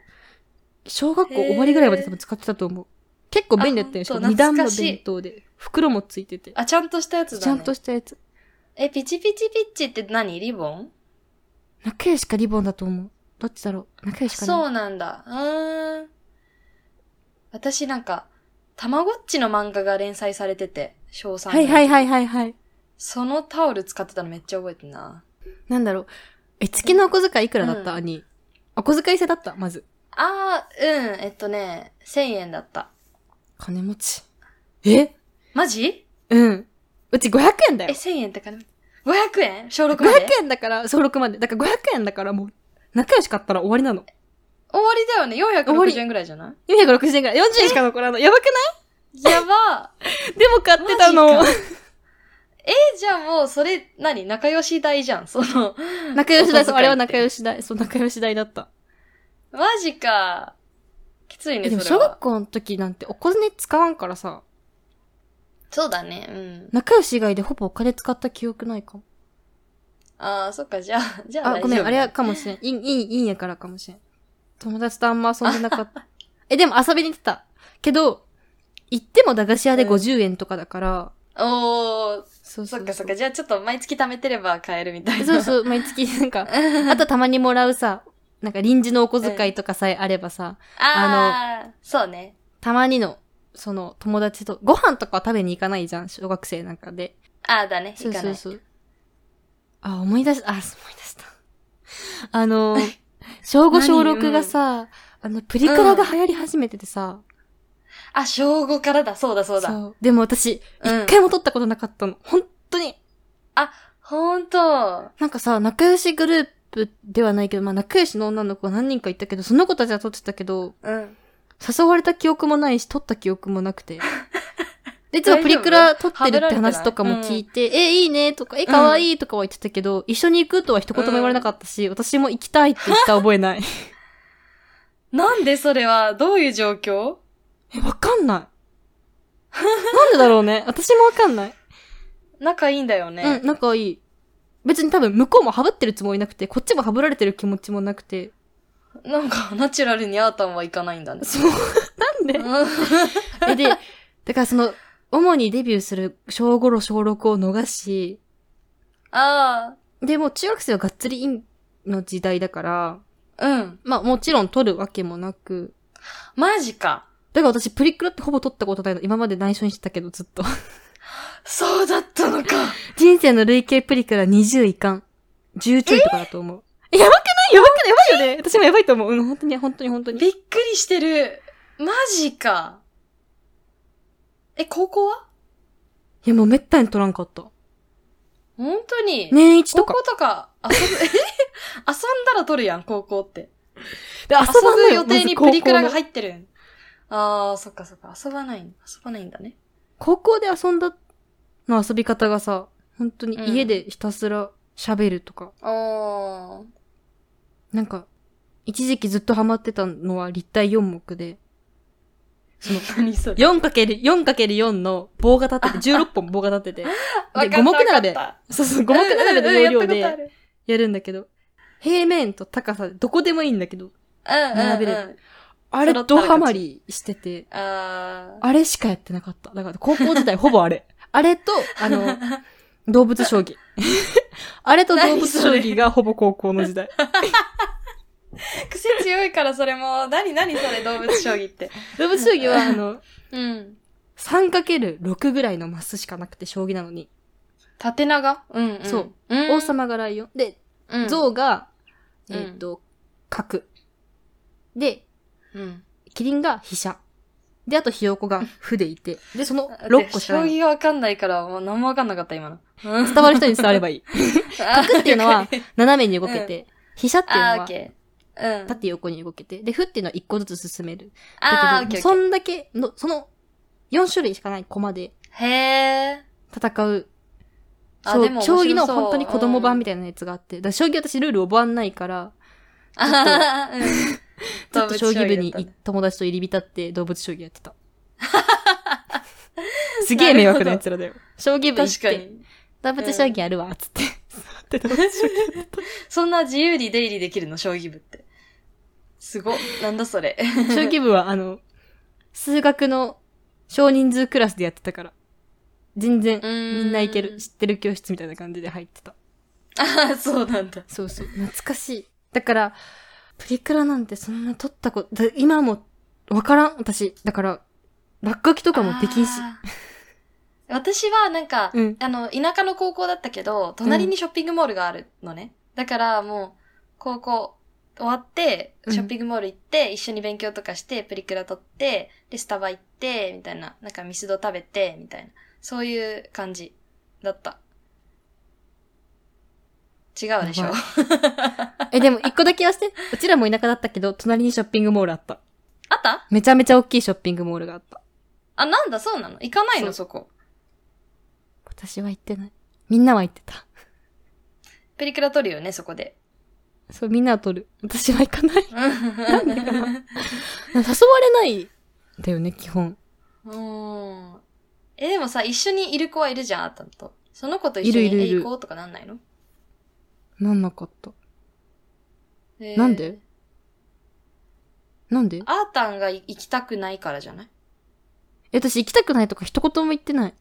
S1: 小学校
S2: へー
S1: 終わりぐらいまで多分使ってたと思う。結構便利だったよ。
S2: あ
S1: しかも
S2: ほん
S1: 二
S2: と
S1: 段
S2: 懐
S1: の
S2: かしい
S1: 弁当で。袋もついてて。
S2: あ、ちゃんとしたやつだ、ね。
S1: ちゃんとしたやつ。
S2: え、ピチピチピチって何リボン
S1: 仲良しかリボンだと思う。どっちだろう仲良しかな
S2: そうなんだ。うーん。私なんか、たまごっちの漫画が連載されてて、小3の。
S1: はいはいはいはいはい。
S2: そのタオル使ってたのめっちゃ覚えてんな。
S1: なんだろう。え、月のお小遣いいくらだった、
S2: うん
S1: 兄。お小遣い制だったまず。
S2: あー、うん、えっとね、1000円だった。
S1: 金持ち。え
S2: マジ
S1: うん。うち500円だ
S2: え、
S1: よ。
S2: 1000円ってかな ?500 円小6
S1: 500
S2: まで
S1: 円だから、小6まで。だから500円だからもう、仲良しかったら終わりなの。
S2: 終わりだよね。
S1: 終わり
S2: 460円ぐらいじゃな
S1: 460円ぐらい。40円しか残らない。やばくない
S2: やば
S1: い でも買ってたの
S2: マ。ジえ、じゃあもう、それ、何仲良し代じゃん。その、
S1: 仲良し代、そう、
S2: お小遣いって
S1: あれは仲良し代。そう、仲良し代だった。
S2: マジか。きついね、
S1: え、でも
S2: それ
S1: 小学
S2: は。
S1: 校の時なんてお金使わんからさ、
S2: そうだね、うん。
S1: 仲良し以外でほぼお金使った記憶ないかも。
S2: ああ、そっか、じゃあ、じゃあ大丈夫、
S1: あ、ごめん、あれはかもしれん。いい、いい、いいんやからかもしれん。友達とあんま遊んでなか った。え、でも遊びに行ってた。けど、行っても駄菓子屋で50円とかだから、
S2: おー、
S1: そう
S2: そ
S1: そう
S2: っ
S1: う
S2: かそっか。じゃあちょっと毎月貯めてれば買えるみたいな。
S1: そう
S2: う。
S1: そう、毎月なんか、あとたまにもらうさ、なんか臨時のお小遣いとかさえあればさ、
S2: あの、そうね。
S1: たまにの、その友達と、ご飯とかは食べに行かないじゃん、小学生なんかで。
S2: ああ、だね。
S1: そ
S2: 行
S1: う
S2: か
S1: そ
S2: な
S1: う
S2: い。
S1: そう。あ、思い出した、あ、思い出した。あの、小5小6がさ、あの、プリクラが流行り始めててさ、
S2: あ、小5からだ。そうだそうだ。
S1: そう。でも私、
S2: うん
S1: 一回も撮ったことなかったの。本当に。
S2: ほんと。
S1: なんかさ、仲良しグループではないけど、まあ仲良しの女の子は何人かいたけど、その子たちは撮ってたけど、
S2: うん。
S1: 誘われた記憶もないし、撮った記憶もなく て。で、いつもプリクラ撮ってるって話とかも聞いて、え、いいねとか、え、かわいいとかは言ってたけど、一緒に行くとは一言も言われなかったし、私も行きたいって言った覚えない。
S2: なんでそれは、どういう状況
S1: え、わかんない。なんでだろうね。私もわかんない。
S2: 仲いいんだよね。
S1: うん、仲いい。別に多分向こうもハブってるつもりなくて、こっちもハブられてる気持ちもなくて。
S2: なんか、ナチュラルにあーたんはいかないんだね。
S1: そう、 なんで
S2: うん
S1: え、 で、だからその、主にデビューする小5小6を逃し、
S2: あ
S1: で、もう中学生はがっつりインの時代だから、
S2: あ、うん。
S1: まあもちろん撮るわけもなく、
S2: マジか。
S1: だから私プリクラってほぼ撮ったことないの、今まで内緒にしてたけどずっと。
S2: そうだったのか。
S1: 人生の累計プリクラ20いかん。10ちょいとかだと思う。えやばくないやばくないやばいよ ね私もやばいと思う。うん、本当に、本当に、本当に。
S2: びっくりしてる。マジか。え、高校はい
S1: や、もうめったに撮らんかった。
S2: 本当に。
S1: 年一とか。
S2: 高校とか遊ぶ、え 遊んだら撮るやん、高校って。
S1: で
S2: 遊ぶ予定にプリクラが入ってるん。あー、そっかそっか。遊ばない、遊ばないんだね。
S1: 高校で遊んだの遊び方がさ、本当に
S2: うん
S1: 家でひたすら喋るとか、
S2: あー。
S1: なんか、一時期ずっとハマってたのは立体4目で、その、
S2: 何それ。
S1: 4×4×4 4の棒が立ってて、16本棒が立ってて、
S2: わかった
S1: 五目並べ
S2: わかっ
S1: そうそう、5
S2: た
S1: 目並べの要領
S2: うんうんうんやった
S1: で
S2: こ
S1: やるんだけど、平面と高さ、どこでもいいんだけど、
S2: とあるうん、
S1: 並べ
S2: る
S1: る。あれ
S2: 揃った
S1: ド
S2: ら勝ち
S1: ハマりしてて、
S2: あー。
S1: あれしかやってなかった。だから高校時代ほぼあれ。 あれと、あ の、動物将棋。 あれと動物将棋がほぼ高校の時代。
S2: 癖強いからそれも、何何それ動物将棋って。
S1: 動物将棋は、あの、
S2: うん。
S1: 3×6 ぐらいのマスしかなくて、将棋なのに。
S2: 縦長うん、うん。
S1: そう。
S2: うん、
S1: 王様がライオン。で、
S2: うん、
S1: 象が、
S2: うん
S1: えっ、と、角。で、
S2: うん。
S1: キリンが飛車。で、あとひよこ がふでいて、で、その6個しか
S2: 将
S1: ない。
S2: 棋がわかんないから、もう何もわかんなかった、今の。
S1: 伝わる人に伝わればい い。角っていうのは斜めに動けて、飛車っていうの
S2: あー、オッ
S1: は
S2: ケー。うん。
S1: 縦横に動けて、で、歩っていうのは1個ずつ進める。
S2: あー、オ
S1: だ
S2: ッ
S1: けど、
S2: ケーオ
S1: そ
S2: ッケ
S1: んだけの、その4種類しかない駒で
S2: ー。へー。
S1: 戦う。
S2: あ
S1: そう
S2: でも面白
S1: 将
S2: そう
S1: 棋の本当に子供版みたいなやつがあって、だから将棋私ルール覚わんないから、
S2: あー、うん。
S1: ずっと将棋部に
S2: 動物だったんだ
S1: 友達と入り浸って動物将棋やって た。すげえ迷惑なやつらだよ。将棋部行っ
S2: 確か
S1: て、
S2: に。
S1: 動物将棋やるわ、つって。 座って動物将棋やって
S2: そんな自由に出入りできるの、将棋部って。すごっ。なんだそれ。
S1: た将棋部は、あの、数学の少人数クラスでやってたから、全然
S2: うーん
S1: みんないける、知ってる教室みたいな感じで入ってた。
S2: ああ、そうなんだ。
S1: そうそう。懐かしい。だから、プリクラなんてそんな撮ったこと、だ今もわからん、私。だから、落書きとかもできんし。
S2: あー。私はなんか、
S1: うん
S2: あの、田舎の高校だったけど、隣にショッピングモールがあるのね。だからもう、高校終わって、
S1: うん
S2: ショッピングモール行って、一緒に勉強とかして、プリクラ撮って、で、スタバ行って、みたいな、なんかミスド食べて、みたいな。そういう感じだった。違うでしょ
S1: やばいえ、でも一個だけ言わせて。うちらも田舎だったけど、隣にショッピングモールあった。
S2: あった
S1: めちゃめちゃ大きいショッピングモールがあった。
S2: あ、なんだ、そうなの行かないの、
S1: そ
S2: そこ。
S1: 私は行ってない。みんなは行ってた。
S2: プリクラ撮るよね、そこで。
S1: そう、みんなは撮る。私は行かない。
S2: なん
S1: でかな誘われない。だよね、基本。
S2: うん。え、でもさ、一緒にいる子はいるじゃん、あったのと。その子と一緒に
S1: いるいるいる
S2: え行こうとかなんないの
S1: なんなかった。
S2: えー
S1: なんでなんで
S2: あーたんがい行きたくないからじゃない
S1: え、私行きたくないとか一言も言ってない。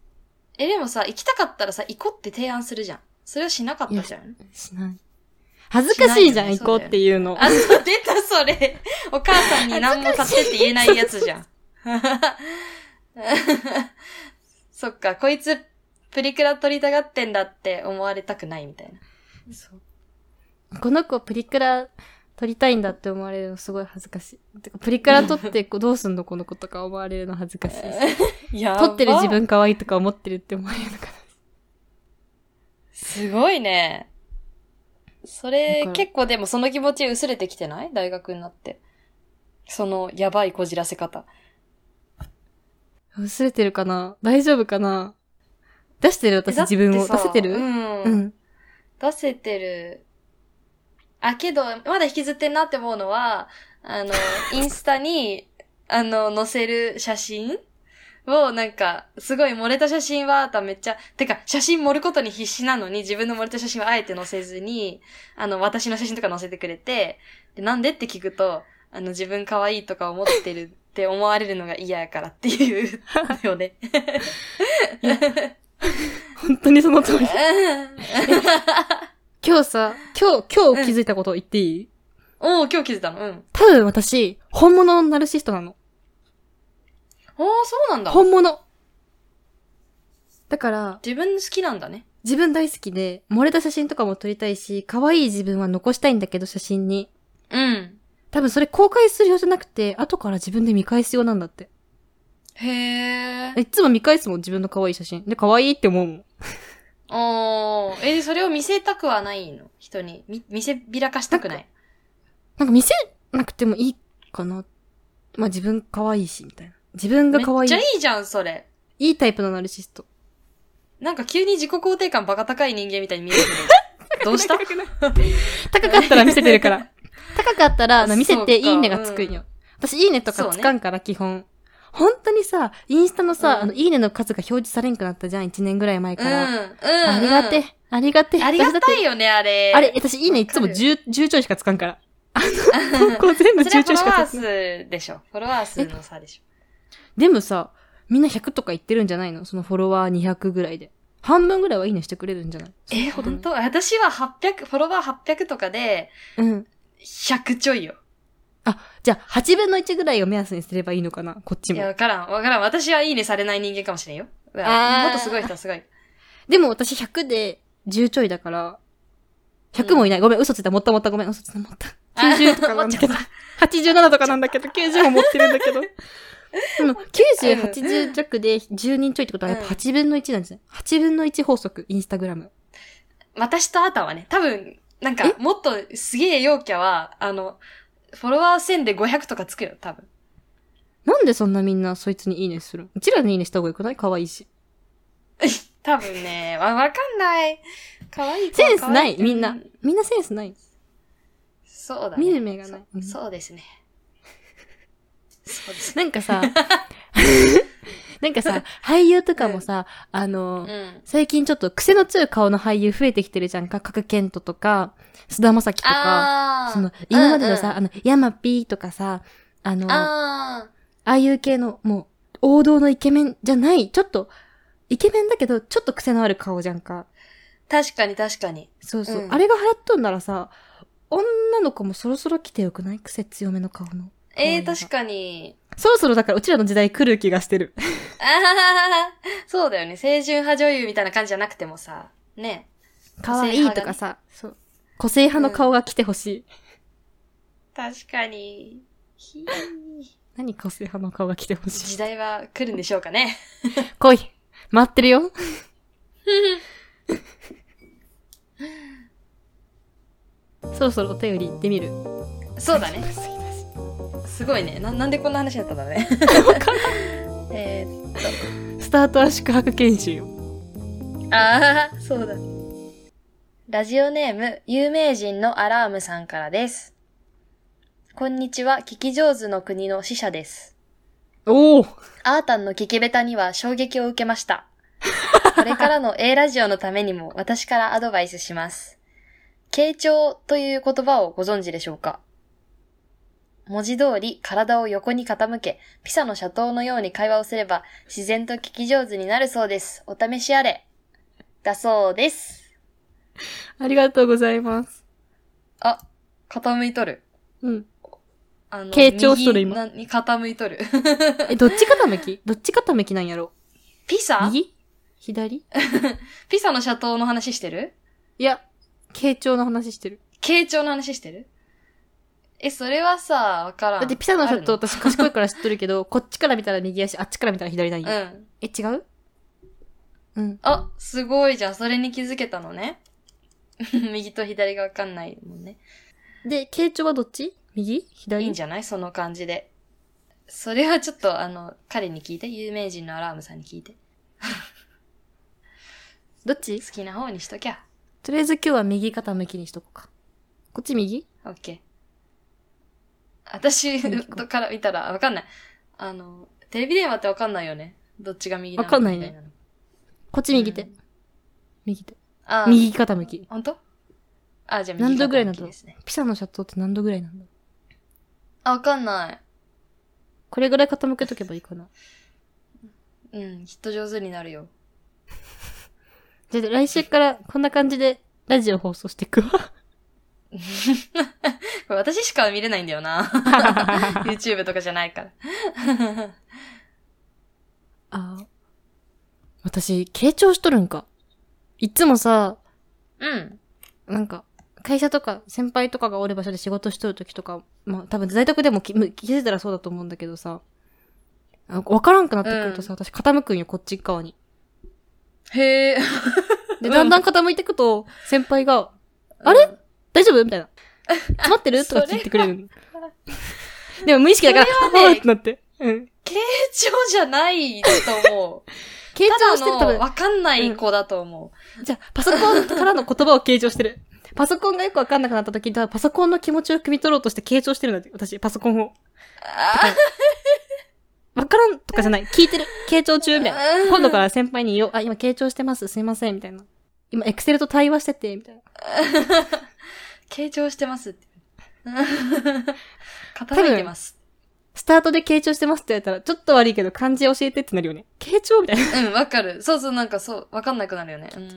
S2: え、でもさ、行きたかったらさ、行こうって提案するじゃん。それをしなかったじゃん。
S1: しない。恥ずかしいじゃん、
S2: しないよね
S1: 行こうっていうの。
S2: あ、そう、出た、それ。お母さんに何も買ってって言えないやつじゃん。 そっか、こいつ、プリクラ撮りたがってんだって思われたくないみたいな。
S1: そうこの子プリクラ撮りたいんだって思われるのすごい恥ずかしい。てかプリクラ撮ってこうどうすんのこの子とか思われるの恥ずかしいし。
S2: いや
S1: 撮ってる自分可愛いとか思ってるって思われるのかな。
S2: すごいね。それ
S1: だから
S2: 結構でもその気持ち薄れてきてない大学になって。そのやばいこじらせ方。
S1: 薄れてるかな大丈夫かな出してる私
S2: だって
S1: 自分を。
S2: さ
S1: 出せてる、
S2: うん、
S1: うん
S2: 出せてる。あ、けど、まだ引きずってんなって思うのは、あ の、インスタに、あの、載せる写真を、なんか、すごい漏れた写真は、あためっちゃ、てか、写真盛ることに必死なのに、自分の漏れた写真はあえて載せずに、あの、私の写真とか載せてくれて、でなんでって聞くと、あの、自分可愛いとか思ってるって思われるのが嫌やからっていう、よ ね。
S1: 本当にその通り。今日さ、今日、今日気づいたこと言っていい、
S2: おお今日気づいたのうん。
S1: 多分私、本物のナルシストなの。
S2: おおそうなんだ。
S1: 本物。だから、
S2: 自分好きなんだね。
S1: 自分大好きで、漏れた写真とかも撮りたいし、可愛い自分は残したいんだけど、写真に。
S2: うん。
S1: 多分それ公開する用じゃなくて、後から自分で見返す用なんだって。
S2: へえ。
S1: いつも見返すもん、自分の可愛い写真。で、可愛いって思うもん。
S2: おー。え、それを見せたくはないの人に。み、見せびらかしたくない。
S1: なんか見せなくてもいいかな。まあ自分可愛いし、みたいな。自分が可
S2: め
S1: 愛
S2: っ
S1: い
S2: ちゃい。いじゃん、それ。
S1: いいタイプのナルシスト。
S2: なんか急に自己肯定感バカ高い人間みたいに見えるけど。どうした
S1: 高かったら見せてるから。 高かったら、あの
S2: そう
S1: 見
S2: か
S1: せていいねがつくんよ。私、いいねとかつかんから、基本。本当にさ、インスタのさ、
S2: うん
S1: あの、いいねの数が表示されんくなったじゃん、1年ぐらい前
S2: う
S1: か
S2: ん。うん。
S1: ら。
S2: あ
S1: ありがてえ。。ありがてえ。
S2: ありが
S1: 私だ
S2: た
S1: っ
S2: いよね、あれ。
S1: て あれ、私、いいね、い
S2: わか
S1: つ
S2: る
S1: も 10, 10ちょいしかつかんから。あの、投稿全部
S2: それ
S1: 10
S2: はフ
S1: ちょ
S2: ォ
S1: いし
S2: ロワ
S1: か
S2: ー
S1: つかん。
S2: 数でしょ。フォロワー数の差でし
S1: でもさ、みんな100とか言ってるんじゃないのそのフォロワー200ぐらいで。半分ぐらいはいいねしてくれるんじゃない
S2: ょ。え、ほん
S1: ん
S2: と私は800、フォロワー800とかで、
S1: うん。
S2: 100ちょいよ。
S1: じゃあ、8分の1ぐらいを目安にすればいいのかなこっち
S2: いや、
S1: も。
S2: わからん、わからん。私はいいねされない人間かもしれんよ。うん
S1: あー
S2: もっとすごい人はすごい。
S1: でも私100で10ちょいだから、100もいない。ごめん、嘘ついた。もったもった。ごめん、嘘ついた。もった。90とかなんだけど。87とかなんだけど、90も持ってるんだけど。でも、90、80弱で10人ちょいってことはやっぱ8分の1なんですね。8分の1法則、インスタグラム。
S2: 私とあーたんはね、多分、なんか
S1: え、
S2: もっとすげえ陽キャは、あの、フォロワー1000で500とかつくよ、多分。
S1: なんでそんなみんなそいつにいいねするうちらにいいねした方がよくない可愛いし。
S2: 多分ね、 わ、わかんない。可愛い子は可愛
S1: セ
S2: い
S1: ンスない、みん
S2: う
S1: な。みんなセンスない。
S2: そうだね。
S1: 見る目がないうん
S2: そそうです ね。そうですね。
S1: なんか さ、なんかさ、俳優とかもさ、あ
S2: う
S1: の、
S2: ん。
S1: 最近ちょっと癖の強い顔の俳優増えてきてるじゃんか。角健人とか、菅田将暉とか、
S2: あー。
S1: その、今までの
S2: うん
S1: さ、
S2: うん
S1: あの、ヤマピーとかさ、あの、あ
S2: あ
S1: あいう系の、もう、王道のイケメンじゃない、ちょっと、イケメンだけど、ちょっと癖のある顔じゃんか。
S2: ー。確かに確かに。
S1: そうそう。
S2: うん
S1: あれが払っとんならさ、女の子もそろそろ来てよくない癖強めの顔の。
S2: え
S1: 可愛い
S2: ー、
S1: な
S2: 確かに。
S1: そろそろだから、うちらの時代来る気がして る。
S2: あーそうだよね。清純派女優みたいな感じじゃなくてもさ、ね。
S1: 可愛いとかさ、そう。個性派の顔が来てほしい。
S2: 確かに。ひー
S1: 何個性派の顔が来てほしい
S2: 時代は来るんでしょうかね。
S1: 来い待ってる よそろそろお便り行ってみる。
S2: そうだね。すごいね。ななんでこんな話になったんだろうね。えー
S1: スタートは宿泊研修。
S2: ああ、そうだ。ラジオネーム、有名人のアラームさんからです。こんにちは、聞き上手の国の使者です。
S1: おお
S2: アータンの聞き下手には衝撃を受けました。これからの A ラジオのためにも私からアドバイスします。傾聴という言葉をご存知でしょうか文字通り体を横に傾け、ピサの斜塔のように会話をすれば自然と聞き上手になるそうです。お試しあれ。だそうです。
S1: ありがとうございます。
S2: あ、傾いとる。
S1: うん。
S2: あの
S1: 傾聴しとる今
S2: 右に傾いとる。
S1: え、どっち傾きどっち傾きなんやろ
S2: ピサ
S1: 右左
S2: ピサの斜塔の話してる
S1: いや、傾聴の話してる。
S2: 傾聴の話してるえ、それはさ、わからん。
S1: だってピサのショット
S2: ある
S1: 私賢いから知っとるけど、 こっちから見たら右足、あっちから見たら左なん
S2: の
S1: や。
S2: うん。
S1: え、違ううん。
S2: あ、すごいじゃん。それに気づけたのね。 右と左がわかんないもんね。
S1: で、傾聴はどっち右左
S2: いいんじゃないその感じで。それはちょっと、あの、彼に聞いて。有名人のアラームさんに聞いて。
S1: どっ
S2: 好
S1: ち
S2: きな方にしときゃ。
S1: とりあえず今日は右傾きにしとこうか。こっち右
S2: オッケー。私
S1: うん聞こう
S2: から見たら、わかんない。あの、テレビ電話ってわかんないよね。どっちが右なの
S1: わかんないね
S2: みたの。
S1: こっち右手。
S2: うん
S1: 右手。
S2: あー、
S1: 右傾き。
S2: ほんとあ、じゃあ右
S1: 何度ぐらいなん
S2: 傾き
S1: だろ
S2: で
S1: う
S2: すね。
S1: ピサのシャットって何度ぐらいなんだろう
S2: あ、わかんない。
S1: これぐらい傾けとけばいいかな。
S2: うん、きっと上手になるよ。
S1: じゃあ来週からこんな感じでラジオ放送していくわ。
S2: これ私しか見れないんだよな。YouTube とかじゃないから。
S1: あ私、傾聴しとるんか。いつもさ、
S2: うん。
S1: なんか、会社とか先輩とかがおる場所で仕事しとるときとか、まあ多分在宅でも気む気づいたらそうだと思うんだけどさ、あわからんくなってくるとさ、私傾くんよ、こっち側に。
S2: へえ。
S1: で、
S2: うん
S1: だんだん傾いてくと、先輩が、あ
S2: れ
S1: 大丈夫みたいな。詰まってる
S2: それ
S1: と
S2: は
S1: か聞いてくれる。でも無意識だから、
S2: それは
S1: あ
S2: ね
S1: ーってなって。うん。
S2: 成長じゃないと思う。
S1: 傾
S2: た
S1: 聴してる多
S2: だの、
S1: 分。
S2: わかんない子だと思
S1: じゃあ、パソコンからの言葉を傾聴してる。パソコンがよくわかんなくなった時に、多分パソコンの気持ちを汲み取ろうとして傾聴してるんだって、私、パソコンを。
S2: う。あ
S1: わからんとかじゃない。聞いてる。傾聴中みたいな。
S2: ー
S1: 今度か。ら先輩に言おう。あ、今傾聴してます。すいません。みたいな。今、エクセルと対話してて、みたいな。
S2: 傾聴してますって。傾いてます。
S1: スタートで傾聴してますって言われたら、ちょっと悪いけど漢字教えてってなるよね。傾聴みたいな。
S2: うん、わかる。そうそう、なんかそう、わかんなくなるよね。うん。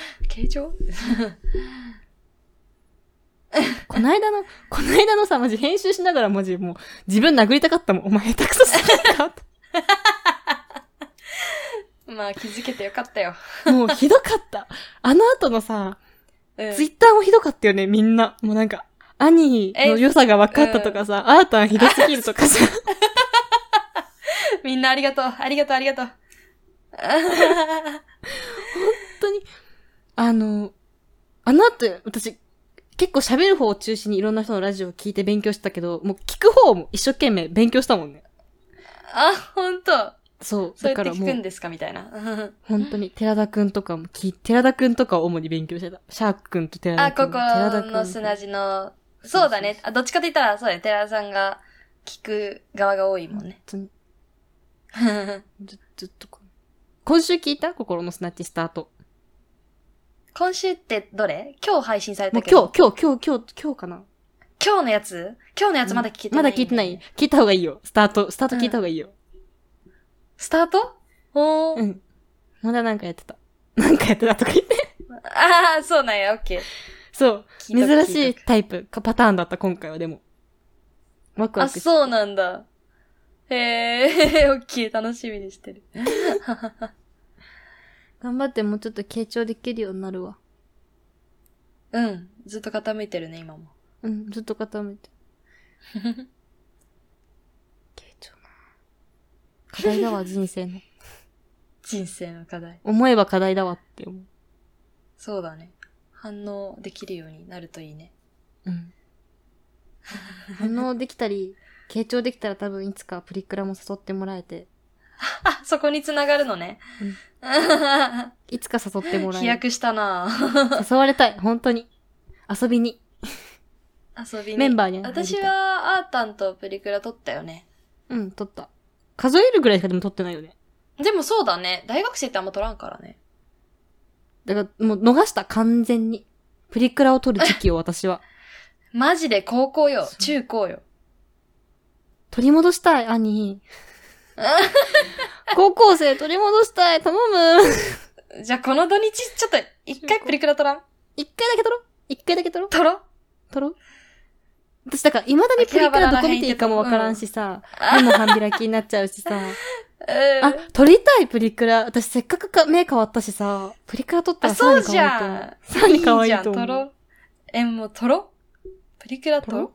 S2: 傾聴
S1: こないだの、こないだのさ、マジ編集しながらマジもう自分殴りたかったもん。お前下手くそすぎたって
S2: まあ、気づけてよかったよ。
S1: もうひどかった。あの後のさ、
S2: うん
S1: ツイッターもひどかったよね、みんな。もうなんか、 兄の良さが分かったとかさ、アータンひどすぎるとかさ、
S2: みんなありがとう、ありがとう、ありがとう。
S1: あの、あの後、私、結構喋る方を中心にいろんな人のラジオを聞いて勉強してたけど、もう聞く方も一生懸命勉強したもんね。
S2: あ、ほんと。
S1: そう。
S2: そう
S1: だ
S2: や
S1: か
S2: って
S1: ら
S2: 聞
S1: も
S2: くん
S1: う、
S2: ですかみたい な。
S1: 本当に、寺田くんとかも聞い、寺田くんとかを主に勉強してた。シャークくんと寺
S2: あ、
S1: 田く
S2: こ
S1: ん。
S2: こ
S1: 寺田くん
S2: の砂地の、そうだね。あ、どっちかと言ったら、そうだね。寺田さんが聞く側が多いもんね。
S1: 本当にずずっとこう今週聞いた心のスナッチした後。
S2: 今週ってどれ今日配信され
S1: も
S2: た
S1: う
S2: け
S1: 今
S2: ど。
S1: 日、今日、今日、今日、今日かな。
S2: 日。今日のやつ今日のやつまだ聞けてな
S1: ま
S2: い、
S1: だ聞いてない。。聞いた方がいいよ。スタート、スタート聞いた方がいいよ。
S2: スタートおー。
S1: うん。まだなんかやってた。 なんかやってたとか言って。
S2: ああ、そうなんや。オッケー。
S1: そう。
S2: 聞いと
S1: 珍
S2: く
S1: し
S2: 聞
S1: い
S2: とく
S1: タイプ、かパターンだった、今回はでも。ワクワ
S2: あ、
S1: クし
S2: そうなんだ。へえ、オッケー。 楽しみにしてる。
S1: 頑張ってもうちょっと傾聴できるようになるわ。
S2: うん。ずっと傾いてるね、今も。
S1: うん、ずっと固 めて。傾聴な課題だわ、人生の。
S2: 人生の課題。
S1: 思えば課題だわって思う。
S2: そうだね。反応できるようになるといいね。
S1: うん。反応できたり、傾聴できたら多分いつかプリクラも誘ってもらえて、
S2: あ、そこに繋がるのね。
S1: いつか誘ってもら
S2: 飛
S1: え る。
S2: 躍したな
S1: 誘われたい、本当に。遊びに。
S2: ぁ遊びに。
S1: メンバーに入りたい
S2: 私は、アータンとプリクラ撮ったよね。
S1: うん、撮った。数えるぐらいしかでも撮ってないよね。
S2: でもそうだね。大学生ってあんま撮らんからね。
S1: だから、もう逃した、完全に。プリクラを撮る時期を私は。
S2: マジで高校よ
S1: そ。う
S2: 中高よ。
S1: 取り戻したい、兄。 高校生取り戻したい、頼む。
S2: じゃあこの土日、ちょっと、一回プリクラ撮らん
S1: 一回だけ撮ろう。一回だけ撮ろう。
S2: 撮ろう
S1: 撮ろう。私、だから、未だにプリクラどこ見ていいかもわからんしさ、目の半開きになっちゃうしさ。
S2: うん
S1: あ、撮りたい、プリクラ。私、せっかくか目変わったしさ、プリクラ撮った
S2: あ、
S1: らさら
S2: そう
S1: に可
S2: じ
S1: 愛いと
S2: ゃ
S1: 思
S2: ん
S1: う。。さらに可愛い
S2: じゃ
S1: と
S2: ん、
S1: 思
S2: 撮ろ
S1: う。
S2: う。え、もう撮ろうプリクラ
S1: 撮ろう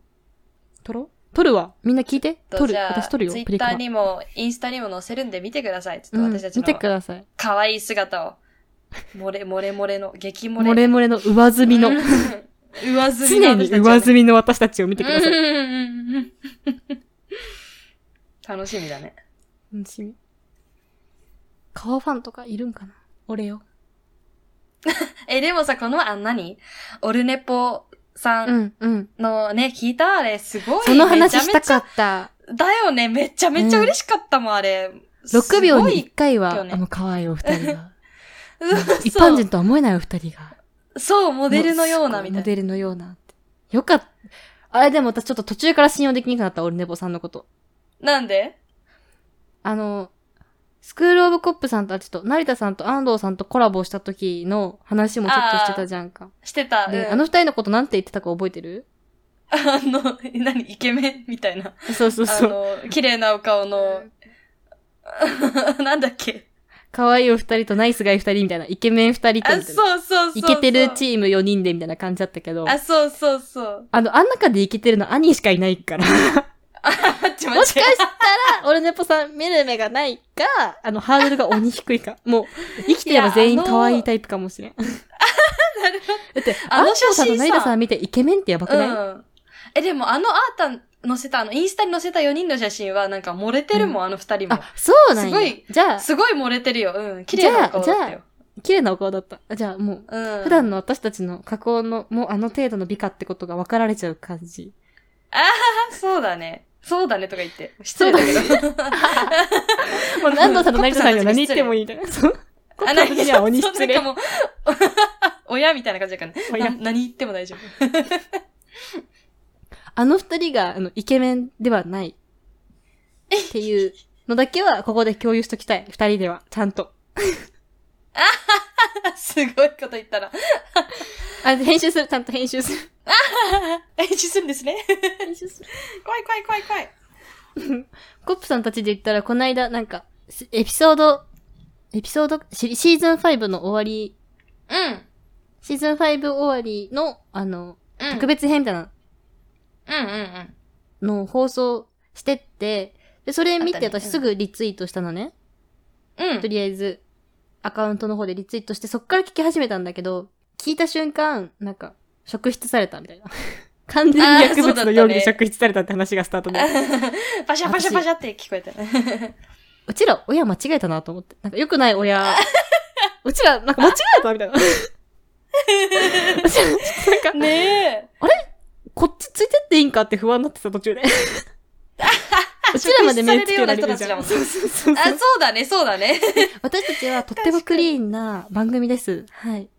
S2: と
S1: 撮ろう撮るわ。みんな聞いて。撮る。
S2: じゃあ
S1: 私撮るよ、
S2: ツイ
S1: プ
S2: ッ
S1: リク
S2: タ
S1: ラ
S2: ー。にも、インスタにも載せるんで見てください。ちょ
S1: う
S2: っ
S1: ん
S2: と私たち
S1: 見て
S2: の
S1: ください。
S2: 可愛い姿を。漏れ、漏れ漏れの、激漏れ。
S1: 漏れ漏れの上積みの
S2: う。ん上積み
S1: 常に上積みの私たちを見てください。
S2: い。 楽しみだね。
S1: 楽しみ。顔ファンとかいるんかな俺よ。
S2: え、でもさ、この、あ、何オルネポさん
S1: ん、うん。
S2: のね、聞いたあれ、すごい。
S1: その話した
S2: めちゃ
S1: か
S2: めち
S1: った。
S2: ゃだよね、めちゃめちゃ嬉しかったもん、あれ。
S1: 6秒に1回
S2: すご
S1: はい
S2: よ、ね
S1: あの、可愛いお二人 が。
S2: すごい。
S1: 一般
S2: そう
S1: 人とは思えないお二人が。
S2: そう、モデルのような、みた
S1: モ
S2: いな。
S1: デルのようなって。よかった。あれでも私ちょっと途中から信用できなくなった、俺ネボさんのこと。
S2: なんで
S1: あの、スクールオブコップさんと、あちょっと、成田さんと安藤さんとコラボした時の話もちょっとしてたじゃんか。
S2: してた。
S1: で、
S2: うん
S1: あの二人のことなんて言ってたか覚えてる
S2: あの、何、イケメンみたいな。
S1: そうそう
S2: あ
S1: そう。
S2: の、綺麗なお顔の、 なんだっけ。
S1: 可愛いお二人とナイスガイ二人みたいな、イケメン二人と
S2: あ、
S1: みたいな。
S2: そうそうそうそう。
S1: イケてるチーム4人でみたいな感じだったけど、
S2: あ、そうそうそう。
S1: あの、あん中でイケてるの兄しかいない から。
S2: あっち
S1: もしか
S2: て
S1: したら、俺のポさん見る目がないか、あの、ハードルが鬼低いか。もう、生きてれば全員可愛いタイプかもしれん。だって、
S2: あ
S1: あ
S2: の
S1: の
S2: 写
S1: 写真さ
S2: 真さ
S1: んと成田さん見てイケメンってやばくない、
S2: うん。え、でもあのアータ載せた、あの、インスタに載せた4人の写真はなんか漏れてるもん、あの2人も
S1: あ。、そうなんや。
S2: すごい
S1: じゃあ、
S2: すごい漏れてるよ。うん。綺麗なお顔だったよ。
S1: 綺麗なお顔だった。じゃあもう、
S2: うん。
S1: 普段の私たちの加工の、もうあの程度の美化ってことが分かられちゃう感 じ。
S2: あ、そうだね。そうだねとか言って。失礼だけど。
S1: もう安藤さんと成田さんには何言ってもいいみたいな。そう。
S2: あ、
S1: コップさんには鬼失礼
S2: そうなん かもう親みたいな感じだからね。
S1: 親
S2: な何言っても大丈夫。
S1: あの二人が、あの、イケメンではない。っていうのだけは、ここで共有しときたい。二人では、ちゃんと。
S2: すごいこと言ったら。
S1: あ、編集する、ちゃんと編集する。
S2: 練習するんですね。
S1: 編集する。
S2: 怖い怖い怖い怖い。
S1: コップさんたちで言ったら、この間、なんか、すエピソード、エピソード、シシーズン5の終わり、
S2: うん。
S1: シーズン5終わりの、あの、
S2: うん。
S1: 特別編みたいな
S2: うんうんうん。
S1: のを放送してって、で、それ見て
S2: あったね
S1: 私すぐリツイートしたのね。
S2: うん
S1: と。りあえず、アカウントの方でリツイートして、そっから聞き始めたんだけど、聞いた瞬間、なんか、職質されたみた いな。完全に薬物の容疑で職質されたって話がスタートで。
S2: パシャパシャパシャって聞 こえたね。
S1: うちら親間違えたなと思って。なんか良くない親。 うちら、なんか間違えたみた いな。うちらなんか、
S2: ねえ。
S1: こっちついてっていいんかって不安になってた途 中で。うちらまで目つけられてるじゃん。
S2: 職質されるような人たちだもん
S1: そうそうそう
S2: あ、そうだね、そうだね。
S1: 私たちはとってもクリーンな番組です。はい。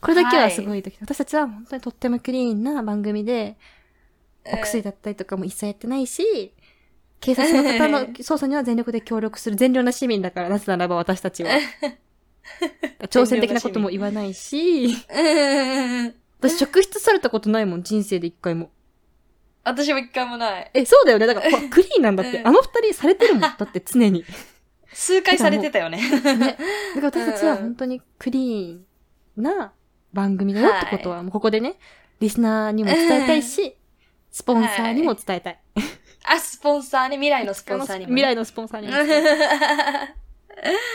S1: これだけはすごい時、私たちは本当にとってもクリーンな番組で、お薬だったりとかも一切やってないし、警察の方 の捜査には全力で協力する善良な市民だから、なぜならば私たち は。挑戦的なことも言わないし、
S2: うん。うん
S1: 私職質されたことないもん、人生で一回も。
S2: 私も一回もない。
S1: え、そうだよね。だから、ほらクリーンなんだって。
S2: うん
S1: あの二人されて るもん。だって常に。
S2: 数回されてたよね。
S1: ね。だから私たちは本当にクリーンな番組だよってことは、もうここでね、リスナーにも伝えたいし、スポンサーにも伝えたい。
S2: あ、スポンサーね、未来のスポンサーにもね、
S1: 未来のスポンサーにも伝えたい。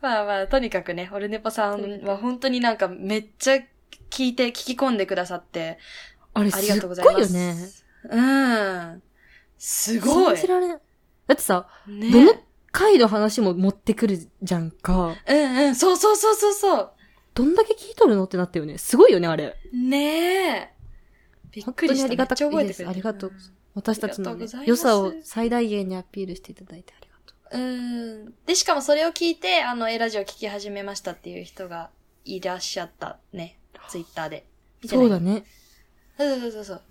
S2: まあまあ、とにかくね、オルネポさんは本当になんかめっちゃ聞いて、聞き込んでくださって、
S1: あれ、
S2: あり
S1: す
S2: が
S1: っ
S2: とうございま
S1: ごい
S2: す。
S1: よね。
S2: うん。すごい。
S1: 信じられん。だってさ、
S2: ね
S1: どの回の話も持ってくるじゃんか。
S2: うんうん、そうそうそうそうそう。
S1: どんだけ聞いとるのってなったよね。すごいよね、あれ。
S2: ねえ。びっくり
S1: 本当
S2: した。
S1: にありがたく
S2: めっちゃ覚
S1: い
S2: えてくれてる
S1: いですありがとう私たちの、
S2: あり
S1: ね
S2: がとうございま、す
S1: 良さを最大限にアピールしていただいてありがとう。
S2: うん。で、しかもそれを聞いて、あの、A ラジオ聞き始めましたっていう人がいらっしゃったね。ツイッターで。見てな
S1: そ
S2: いう
S1: だね。
S2: そうそうそうそう。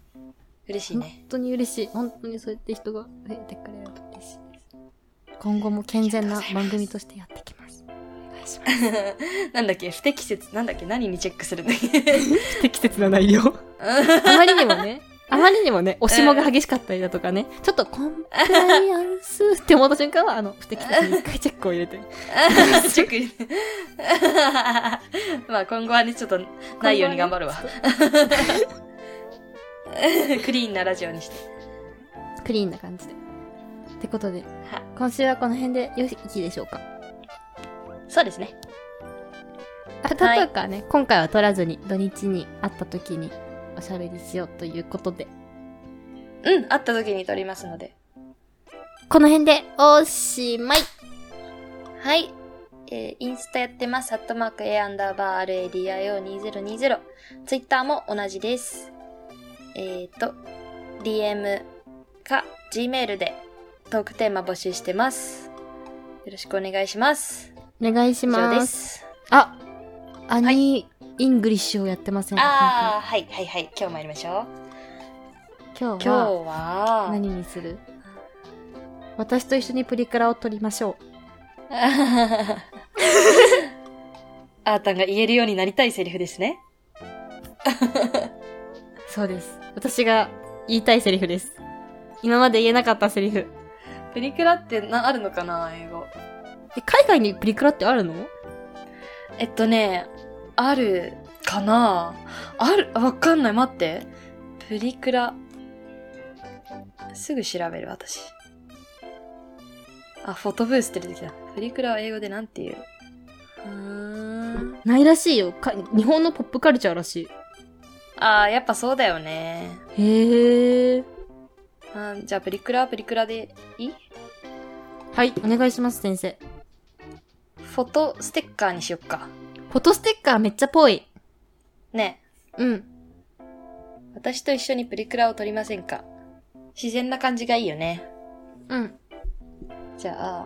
S2: 嬉しい
S1: 本
S2: ね。
S1: 当に嬉しい。本当にそうやって人が増えてくれると嬉しいです。今後も健全な番組としてやってきます。お願いします。
S2: なんだっけ不適切。なんだっけ何にチェックす るんだっけ
S1: 不適切な内容。
S2: うん
S1: あまりにもね、あまりにもね、押しもが激しかったりだとかね、ちょっとコンプライアンスって思った瞬間は、あの、不適切に一回チェックを入れて。
S2: チェック入れて まあ今後はね、ちょっと ないように頑張るわ。 クリーンなラジオにして。
S1: クリーンな感じで。ってことで、
S2: は
S1: 今週はこの辺でよいでしょうか。
S2: そうですね。
S1: あと
S2: はい
S1: とかね、今回は撮らずに土日に会った時におしゃべりしようということで、
S2: うん、会った時に撮りますので。
S1: この辺でおしまい
S2: はい。えーインスタやってます。アットマーク A アンダーバー RADIO2020。ツイッターも同じです。えっ、と、DM か Gmail でトークテーマ募集してます。よろしくお願いします。
S1: お願いし
S2: 以上
S1: ま。
S2: ですす。
S1: あ、アニーイングリッシュをやってません。
S2: ああ、はいはいはい。今日参りましょう。
S1: 今日
S2: 今日
S1: は
S2: は、
S1: 何にする私と一緒にプリクラを撮りましょう。
S2: あーたんが言えるようになりたいセリフですね。
S1: そうです。私が言いたいセリフです。今まで言えなかったセリフ。
S2: プリクラってな、あるのかな英語。
S1: え、海外にプリクラってあるの
S2: えっとね、あるかなある、わかんない。待って。プリクラ。すぐ調べる、私。あ、フォトブースって出てきた。プリクラは英語でなんて言ううーん。
S1: ないらしいよ。か日本のポップカルチャーらし
S2: あー、やっぱそうだよね。
S1: い。へえ。
S2: あーじゃあ、プリクラはプリクラでいい
S1: はい、お願いします、先生。
S2: フォトステッカーにしよっか。
S1: フォトステッカーめっちゃぽい。
S2: ね
S1: うん。
S2: え私と一緒にプリクラを撮りませんか自然な感じがいいよね。
S1: うん。
S2: じゃあ。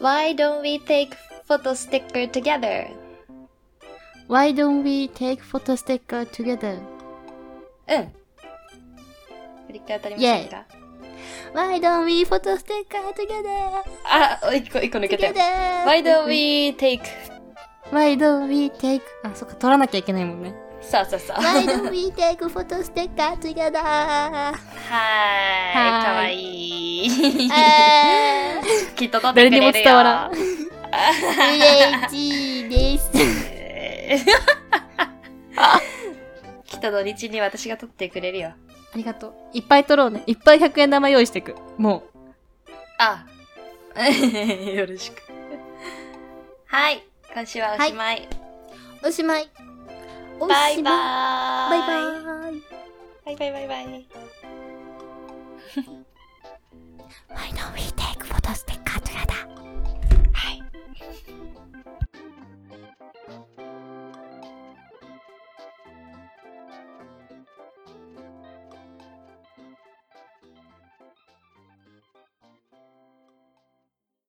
S2: Why don't we take photo sticker together?
S1: Why don't we take photo sticker together?
S2: うん。プリクラ撮りませんか
S1: Why don't we photo sticker together?
S2: あ、お一個、一個抜けたよ。
S1: together?
S2: Why don't we take?
S1: Why don't we take あ、そっか、撮らなきゃいけないもんね。
S2: さあさ あさあ。
S1: Why don't we take photo sticker together?
S2: はーい。かわ
S1: はー
S2: いい。
S1: え
S2: きっと撮って
S1: 誰
S2: くれる
S1: にも
S2: よ。
S1: 伝わらん。
S2: ん。
S1: 嬉しいです。
S2: きっと土日に私が撮ってくれるよ。
S1: ありがとう。いっぱい取ろうね。いっぱい100円玉用意してく。も
S2: あ、 よろしく。はい。今週はおしまい。
S1: う。おしまい。お
S2: バイ
S1: しまい。
S2: バ
S1: バ
S2: イ
S1: イ。バイ。
S2: バイバイバイバイ。
S1: Why don't we take photos together?